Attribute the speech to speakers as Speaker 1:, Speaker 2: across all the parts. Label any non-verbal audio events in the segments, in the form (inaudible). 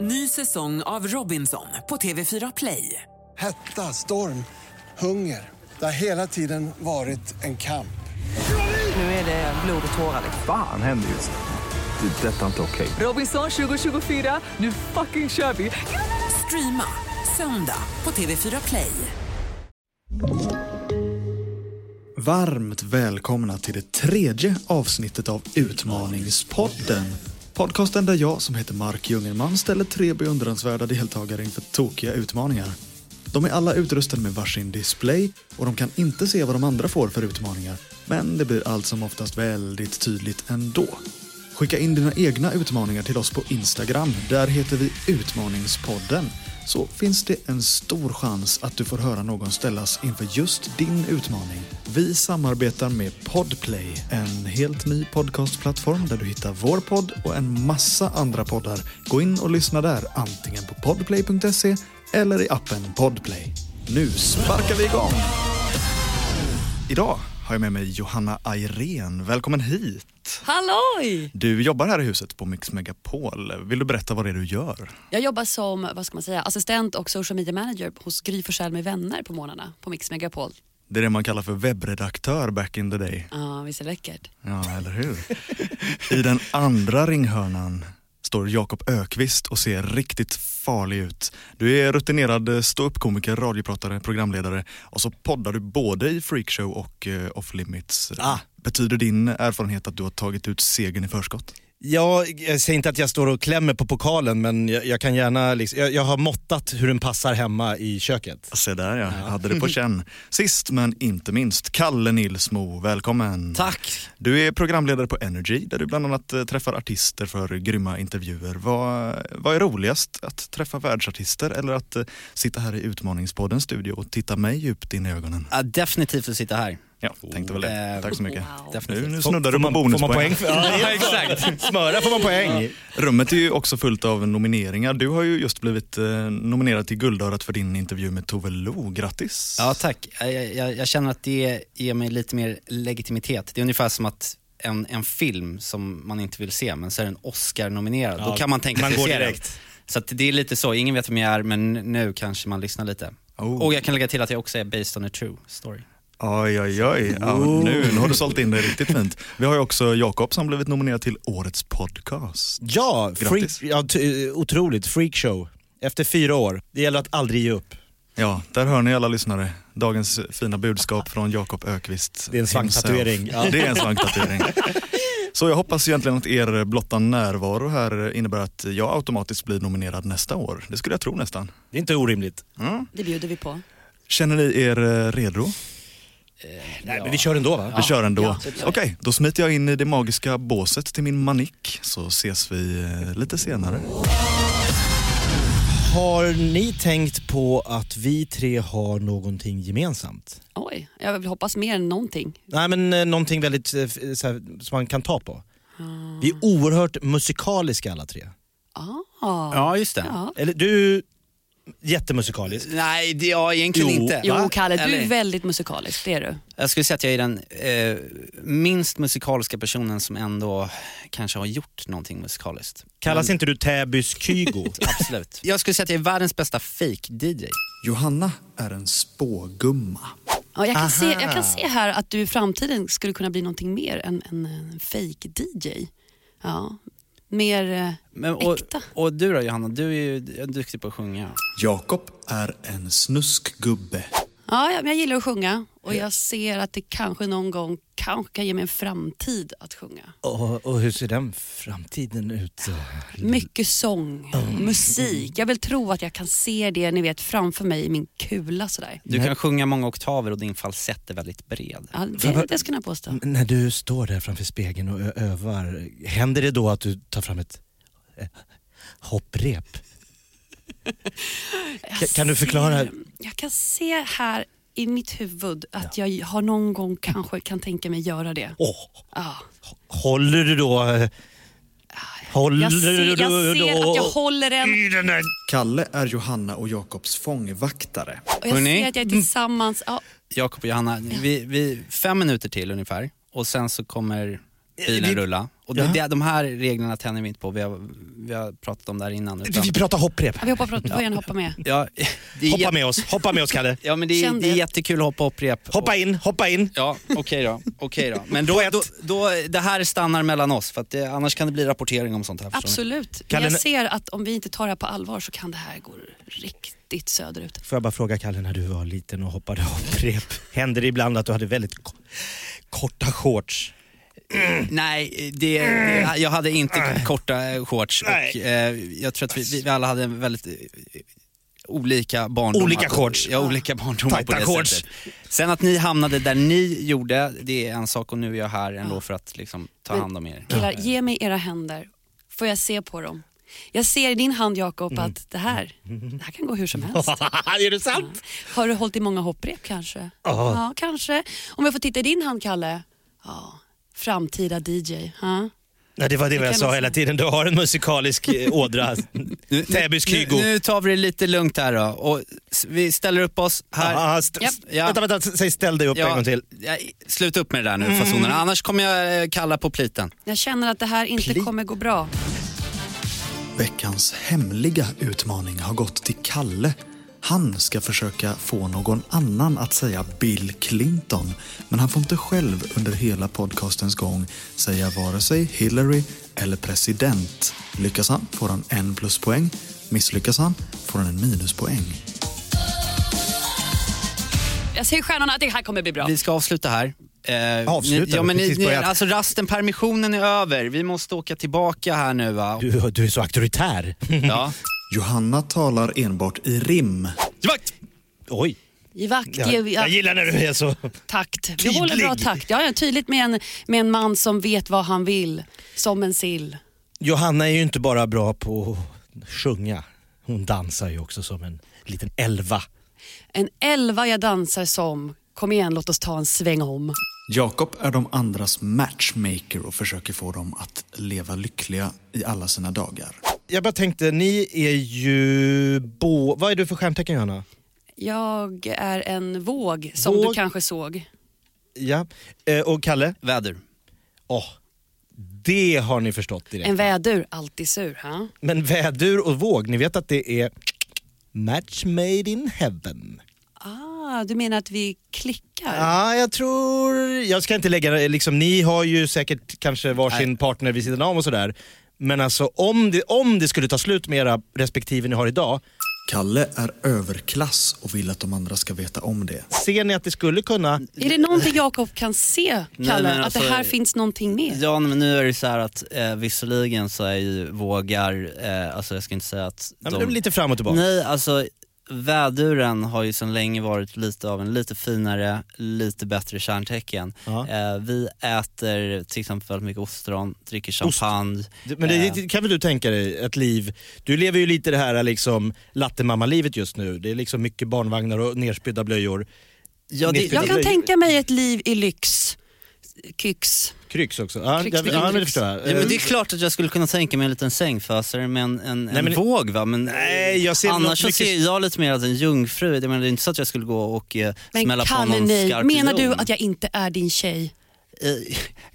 Speaker 1: Ny säsong av Robinson på TV4 Play.
Speaker 2: Hetta, storm, hunger. Det har hela tiden varit en kamp.
Speaker 1: Nu är det blod och tårar.
Speaker 3: Fan händer just nu. Det. är Detta är inte okej.
Speaker 1: Robinson 2024, nu fucking kör vi! Streama söndag på TV4 Play.
Speaker 4: Varmt välkomna till det tredje avsnittet av Utmaningspodden. Podcasten där jag, som heter Mark Jungerman, ställer tre beundransvärda deltagare inför tokiga utmaningar. De är alla utrustade med varsin display och de kan inte se vad de andra får för utmaningar. Men det blir allt som oftast väldigt tydligt ändå. Skicka in dina egna utmaningar till oss på Instagram. Där heter vi Utmaningspodden. Så finns det en stor chans att du får höra någon ställas inför just din utmaning. Vi samarbetar med Podplay, en helt ny podcastplattform där du hittar vår podd och en massa andra poddar. Gå in och lyssna där, antingen på podplay.se eller i appen Podplay. Nu sparkar vi igång! Idag har jag med mig Johanna Ayrén. Välkommen hit!
Speaker 5: Halloj!
Speaker 4: Du jobbar här i huset på Mix Megapol. Vill du berätta vad det är du gör?
Speaker 5: Jag jobbar som vad ska man säga, assistent och social media manager hos Gry Forssell med vänner på morgnarna på Mix Megapol.
Speaker 4: Det är det man kallar för webbredaktör back in the day.
Speaker 5: Ja, visst är det läckert?
Speaker 4: Ja, eller hur? I den andra ringhörnan står Jakob Ökvist och ser riktigt farlig ut. Du är rutinerad eh, ståuppkomiker, radiopratare, programledare och så poddar du både i Freakshow och eh, Off Limits.
Speaker 6: Ah.
Speaker 4: Betyder din erfarenhet att du har tagit ut segern i förskott?
Speaker 6: Ja, jag säger inte att jag står och klämmer på pokalen men jag, jag kan gärna, liksom, jag, jag har måttat hur den passar hemma i köket.
Speaker 4: Se där ja, jag hade det på
Speaker 6: (laughs)
Speaker 4: känn. Sist men inte minst, Kalle Nilsmo, välkommen.
Speaker 6: Tack!
Speaker 4: Du är programledare på Energy där du bland annat eh, träffar artister för grymma intervjuer. Vad, vad är roligast, att träffa världsartister eller att eh, sitta här i Utmaningspoddens studio och titta mig djupt in i ögonen?
Speaker 7: Ja, definitivt att sitta här.
Speaker 4: Ja, tänkte väl det.
Speaker 7: eh,
Speaker 4: Tack så mycket.
Speaker 5: wow.
Speaker 4: Nu,
Speaker 7: Definitivt.
Speaker 4: nu
Speaker 6: Får-
Speaker 4: snuddar
Speaker 6: Oh, får
Speaker 4: du på
Speaker 6: man- Får man poäng?
Speaker 4: bonuspoäng.
Speaker 6: För, ja, exakt. Smöra får man poäng.
Speaker 4: Rummet är ju också fullt av nomineringar. Du har ju just blivit eh, nominerad till Guldörat för din intervju med Tove Lo. Grattis!
Speaker 7: Ja, tack. Jag, jag, jag känner att det ger mig lite mer legitimitet. Det är ungefär som att en, en film som man inte vill se, men så är den Oscar-nominerad. Då
Speaker 6: Ja,
Speaker 7: kan man tänka
Speaker 6: man
Speaker 7: sig
Speaker 6: går
Speaker 7: se den.
Speaker 6: direkt.
Speaker 7: Så att det är lite så, ingen vet vem jag är, men nu kanske man lyssnar lite.
Speaker 4: Oh.
Speaker 7: Och jag kan lägga till att jag också är based on a true story.
Speaker 4: Oj, oj, oj. Ja, nu, nu har du sålt in det riktigt fint. Vi har ju också Jakob som blivit nominerad till Årets podcast.
Speaker 6: Ja, freak,
Speaker 4: Grattis.
Speaker 6: ja t- otroligt. Freakshow. Efter fyra år. Det gäller att aldrig ge upp.
Speaker 4: Ja, där hör ni alla lyssnare. Dagens fina budskap från Jakob Ökvist.
Speaker 6: Det är en svanktatuering.
Speaker 4: himself. Det är en svanktatuering. Så jag hoppas egentligen att er blotta närvaro här innebär att jag automatiskt blir nominerad nästa år. Det skulle jag tro nästan.
Speaker 6: Det är inte orimligt.
Speaker 5: Det bjuder vi på.
Speaker 4: Känner ni er eh, redo?
Speaker 6: Nej, men vi kör ändå va?
Speaker 4: Vi kör ändå.
Speaker 5: Ja,
Speaker 4: Okej, då smiter jag in i det magiska båset till min manik så ses vi eh, lite senare.
Speaker 6: Har ni tänkt på att vi tre har någonting gemensamt?
Speaker 5: Oj, jag vill hoppas mer än någonting.
Speaker 6: Nej men eh, någonting väldigt eh, f- så här, som man kan ta på. Vi är oerhört musikaliska alla tre.
Speaker 5: Ah.
Speaker 7: Ja, just det.
Speaker 5: Ja.
Speaker 6: Eller du, jättemusikalisk.
Speaker 7: Nej, det, ja, egentligen
Speaker 6: Jo.
Speaker 7: inte.
Speaker 5: Jo
Speaker 7: Va?
Speaker 5: Kalle, du
Speaker 7: Eller-
Speaker 5: är väldigt musikalisk, det är du.
Speaker 7: Jag skulle säga att jag är den eh, minst musikaliska personen som ändå kanske har gjort någonting musikaliskt.
Speaker 6: Kallas inte du Täbys Kygo? (laughs)
Speaker 7: Absolut. Jag skulle säga att jag är världens bästa fake-DJ.
Speaker 4: Johanna är en spågumma.
Speaker 5: Ja, jag, kan se, jag kan se här att du i framtiden skulle kunna bli någonting mer än en, en fake DJ Ja, mer eh,
Speaker 7: Men, och,
Speaker 5: äkta.
Speaker 7: och du då Johanna, du är ju du är duktig på att sjunga.
Speaker 4: Jakob är en snuskgubbe.
Speaker 5: Ja, jag, men jag gillar att sjunga och jag ser att det kanske någon gång kanske kan ge mig en framtid att sjunga.
Speaker 6: och, och hur ser den framtiden ut? Mm.
Speaker 5: Mycket sång, musik. Jag vill tro att jag kan se det ni vet framför mig i min kula sådär.
Speaker 7: Du kan sjunga många oktaver och din falsett är väldigt bred.
Speaker 5: Ja, det, det skulle jag påstå.
Speaker 6: N- När du står där framför spegeln och ö- övar, händer det då att du tar fram ett eh,
Speaker 5: (laughs)
Speaker 6: hopprep? Ka- kan du förklara?
Speaker 5: Jag kan se här i mitt huvud att jag har någon gång kanske kan tänka mig göra det.
Speaker 6: Åh,
Speaker 5: Ja.
Speaker 6: håller du då... eh, Håller
Speaker 5: Jag, ser,
Speaker 6: du
Speaker 5: jag ser att jag håller en
Speaker 6: i den här...
Speaker 4: Kalle är Johanna och Jakobs fångvaktare.
Speaker 5: och jag
Speaker 7: Hörrni?
Speaker 5: ser att jag är tillsammans. Ja,
Speaker 7: Jakob och Johanna, vi, vi, fem minuter till ungefär och sen så kommer bilen
Speaker 6: Eh, Vi-
Speaker 7: rulla och Och det, det, de här reglerna tänder vi inte på, vi har, vi har pratat om det här innan. Utan,
Speaker 6: Vi pratar hopprep.
Speaker 5: Ja, Vi hoppar på, du får gärna hoppa med.
Speaker 7: ja, det
Speaker 6: (laughs)
Speaker 7: är
Speaker 6: Hoppa
Speaker 7: jä-
Speaker 6: med oss, hoppa med oss Kalle.
Speaker 7: Ja men det är,
Speaker 5: Känn
Speaker 7: det är
Speaker 5: det.
Speaker 7: jättekul att hoppa upprep.
Speaker 6: Hoppa in, hoppa in.
Speaker 7: Ja, okej då.
Speaker 6: (laughs)
Speaker 7: Okej då. Men då,
Speaker 6: På ett.
Speaker 7: då, då, det här stannar mellan oss, för att det, annars kan det bli rapportering om sånt här. förstår ni?
Speaker 5: Absolut.
Speaker 6: Kalle,
Speaker 5: Men
Speaker 6: nu-
Speaker 5: jag ser att om vi inte tar det här på allvar så kan det här gå riktigt söderut.
Speaker 6: Får jag bara fråga Kalle, när du var liten och hoppade hopprep, hände det ibland att du hade väldigt ko- korta
Speaker 7: (laughs)
Speaker 6: shorts?
Speaker 7: Nej, det, det, jag hade inte korta eh, shorts och
Speaker 6: Mm. Nej.
Speaker 7: eh, jag tror att vi, vi- vi alla hade en väldigt eh, olika barndomar.
Speaker 6: Olika shorts.
Speaker 7: Ja, olika barndomar
Speaker 6: Tajta
Speaker 7: på det
Speaker 6: shorts.
Speaker 7: sättet. Sen att ni hamnade där ni gjorde, det är en sak och nu är jag här ändå för att liksom, ta hand om er.
Speaker 5: Killar, ge mig era händer. Får jag se på dem? Jag ser i din hand Jakob
Speaker 6: Mm.
Speaker 5: att det här, det här kan gå hur som helst.
Speaker 6: är det sant?
Speaker 5: Har du hållit i många hopprep kanske? Ja, kanske. Om jag får titta i din hand Kalle? Ja, framtida DJ. Ja.
Speaker 6: Nej, det var det, jag
Speaker 5: kan
Speaker 6: sa
Speaker 5: man
Speaker 6: hela
Speaker 5: säga.
Speaker 6: tiden. Du har en musikalisk eh, ådra.
Speaker 7: Nu,
Speaker 6: Täbys
Speaker 7: nu,
Speaker 6: Kygo.
Speaker 7: nu tar vi det lite lugnt här då och s- vi ställer upp oss här.
Speaker 6: Ah, st-
Speaker 5: Japp.
Speaker 6: st- Vänta, vänta, s- säg ställ dig upp en gång till. Mm.
Speaker 7: ja, sluta upp med det där nu fasonerna, annars kommer jag eh, kalla på pliten.
Speaker 5: Jag känner att det här inte
Speaker 7: Pli-
Speaker 5: kommer gå bra.
Speaker 4: Veckans hemliga utmaning har gått till Kalle. Han ska försöka få någon annan att säga Bill Clinton. Men han får inte själv under hela podcastens gång säga vare sig Hillary eller president. Lyckas han får han en pluspoäng. Misslyckas han får han en minuspoäng.
Speaker 5: Jag ser i stjärnorna att det här kommer bli bra.
Speaker 7: Vi ska avsluta här. Eh,
Speaker 6: Avsluta?
Speaker 7: Ni, ja, men
Speaker 6: Vi har
Speaker 7: ni,
Speaker 6: precis
Speaker 7: ni,
Speaker 6: börjat.
Speaker 7: alltså rasten, permissionen är över. Vi måste åka tillbaka här nu va?
Speaker 6: Du, du är så auktoritär. (laughs)
Speaker 7: Ja.
Speaker 4: Johanna talar enbart i rim.
Speaker 6: Givakt! Oj.
Speaker 5: Givakt,
Speaker 6: Jag,
Speaker 5: giv- ja,
Speaker 6: jag gillar när du är så...
Speaker 5: takt. Vi håller bra
Speaker 6: Tydlig.
Speaker 5: takt. Ja, ja, tydligt med en, med en man som vet vad han vill. Som en sill.
Speaker 6: Johanna är ju inte bara bra på att sjunga. Hon dansar ju också som en liten elva.
Speaker 5: En elva jag dansar som. Kom igen, låt oss ta en sväng om.
Speaker 4: Jakob är de andras matchmaker och försöker få dem att leva lyckliga i alla sina dagar.
Speaker 6: Jag bara tänkte, ni är ju bo... Vad är du för stjärntecken Johanna?
Speaker 5: Jag är en våg som
Speaker 6: Våg.
Speaker 5: du kanske såg.
Speaker 6: Ja. Eh, och Kalle?
Speaker 7: Väder.
Speaker 6: Åh, det har ni förstått direkt.
Speaker 5: En vädur, alltid sur. Ha?
Speaker 6: Men vädur och våg, ni vet att det är match made in heaven.
Speaker 5: Ah, du menar att vi klickar?
Speaker 7: Ah.
Speaker 6: Ja, jag tror... Jag ska inte lägga... Liksom, ni har ju säkert kanske varsin partner vid sidan om och sådär. Men alltså om det, om det skulle ta slut med era respektive ni har idag,
Speaker 4: Kalle är överklass och vill att de andra ska veta om det.
Speaker 6: ser ni att det skulle kunna...
Speaker 5: Är det någonting Jakob kan se,
Speaker 7: Nej,
Speaker 5: Kalle?
Speaker 7: men
Speaker 5: att
Speaker 7: alltså-
Speaker 5: det här finns någonting mer?
Speaker 7: Ja men nu är det så här att eh, visserligen så är ju vågar, eh, alltså jag ska inte säga att
Speaker 6: Ja, men det blir lite fram och tillbaka.
Speaker 7: Nej, alltså väduren har ju sedan länge varit lite av en lite finare, lite bättre kärntecken.
Speaker 6: Ja.
Speaker 7: Eh, vi äter till exempel väldigt mycket ostron, dricker champagne.
Speaker 6: Du- Men det,
Speaker 7: Eh,
Speaker 6: det kan väl du tänka dig, ett liv... Du lever ju lite det här liksom, lattemamma-livet just nu. Det är liksom mycket barnvagnar och nerspydda blöjor.
Speaker 7: ja, det,
Speaker 5: Jag kan tänka mig ett liv i lyx. Kyx.
Speaker 6: Kryx också. Ja,
Speaker 5: Kryx,
Speaker 6: jag,
Speaker 5: kryx,
Speaker 6: ja men det
Speaker 5: kryx.
Speaker 6: förstår jag. Eh,
Speaker 7: Ja, men det är klart att jag skulle kunna tänka mig en liten sängfösare med en, en, en
Speaker 6: men-
Speaker 7: våg va? Men
Speaker 6: Nej, jag ser något
Speaker 7: annars så
Speaker 6: mycket-
Speaker 7: ser jag lite mer att en jungfru, jag menar, det är inte så att jag skulle gå och eh,
Speaker 5: Men
Speaker 7: smälla på
Speaker 5: Kalle,
Speaker 7: någon
Speaker 5: nej.
Speaker 7: skarp
Speaker 5: Menar du
Speaker 7: miljon.
Speaker 5: att jag inte är din tjej?
Speaker 7: Eh,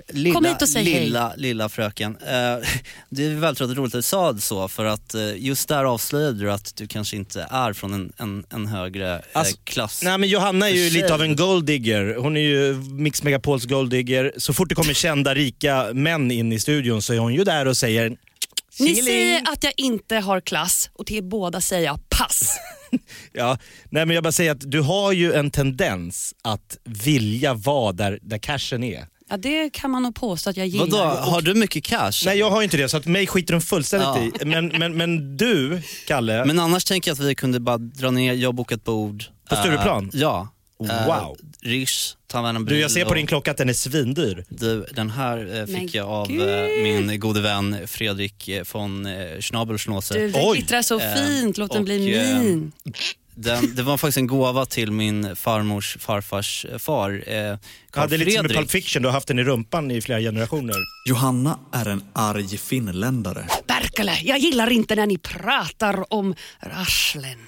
Speaker 7: lilla,
Speaker 5: Kom hit och säg hej.
Speaker 7: lilla, lilla fröken, eh, (laughs) det är väldigt roligt att du sa det så för att eh, just där avslöjade du att du kanske inte är från en, en, en högre eh,
Speaker 6: Alltså,
Speaker 7: klass.
Speaker 6: Nej men Johanna är ju
Speaker 7: Tjej.
Speaker 6: lite av en golddigger. Hon är ju Mix Megapols golddigger. Så fort det kommer kända rika män in i studion så är hon ju där och säger
Speaker 5: Ni säger att jag inte har klass och till er båda säger jag
Speaker 7: (laughs)
Speaker 5: pass.
Speaker 6: Ja, nej men jag bara säger att du har ju en tendens att vilja vara där, där cashen är.
Speaker 5: Ja, det kan man nog påstå att jag gillar.
Speaker 7: Vadå, har du mycket cash?
Speaker 6: Nej jag har ju inte det så att mig skiter de fullständigt i. Men, men, men du, Kalle,
Speaker 7: Men annars tänker jag att vi kunde bara dra ner, jag har bokat bord.
Speaker 6: På Stureplan?
Speaker 7: Eh, ja. Eh,
Speaker 6: Wow.
Speaker 7: Rish, Taverna
Speaker 6: du jag ser på
Speaker 7: och-
Speaker 6: din klocka att den är svindyr.
Speaker 7: Du, den här eh, fick
Speaker 5: Men
Speaker 7: jag av
Speaker 5: gud.
Speaker 7: eh, min gode vän Fredrik eh, von eh, Schnabel-Schnauzer.
Speaker 5: Du, den
Speaker 6: Oj.
Speaker 5: glittrar så
Speaker 7: Eh,
Speaker 5: fint. Låt den
Speaker 7: och,
Speaker 5: bli
Speaker 7: eh,
Speaker 5: min.
Speaker 7: Den, det var faktiskt en gåva till min farmors farfars far, eh, Carl
Speaker 6: Jag hade lite som i
Speaker 7: Fredrik.
Speaker 6: Pulp Fiction, du har haft den i rumpan i flera generationer.
Speaker 4: Johanna är en arg finländare.
Speaker 5: Perkele, jag gillar inte när ni pratar om rasslen.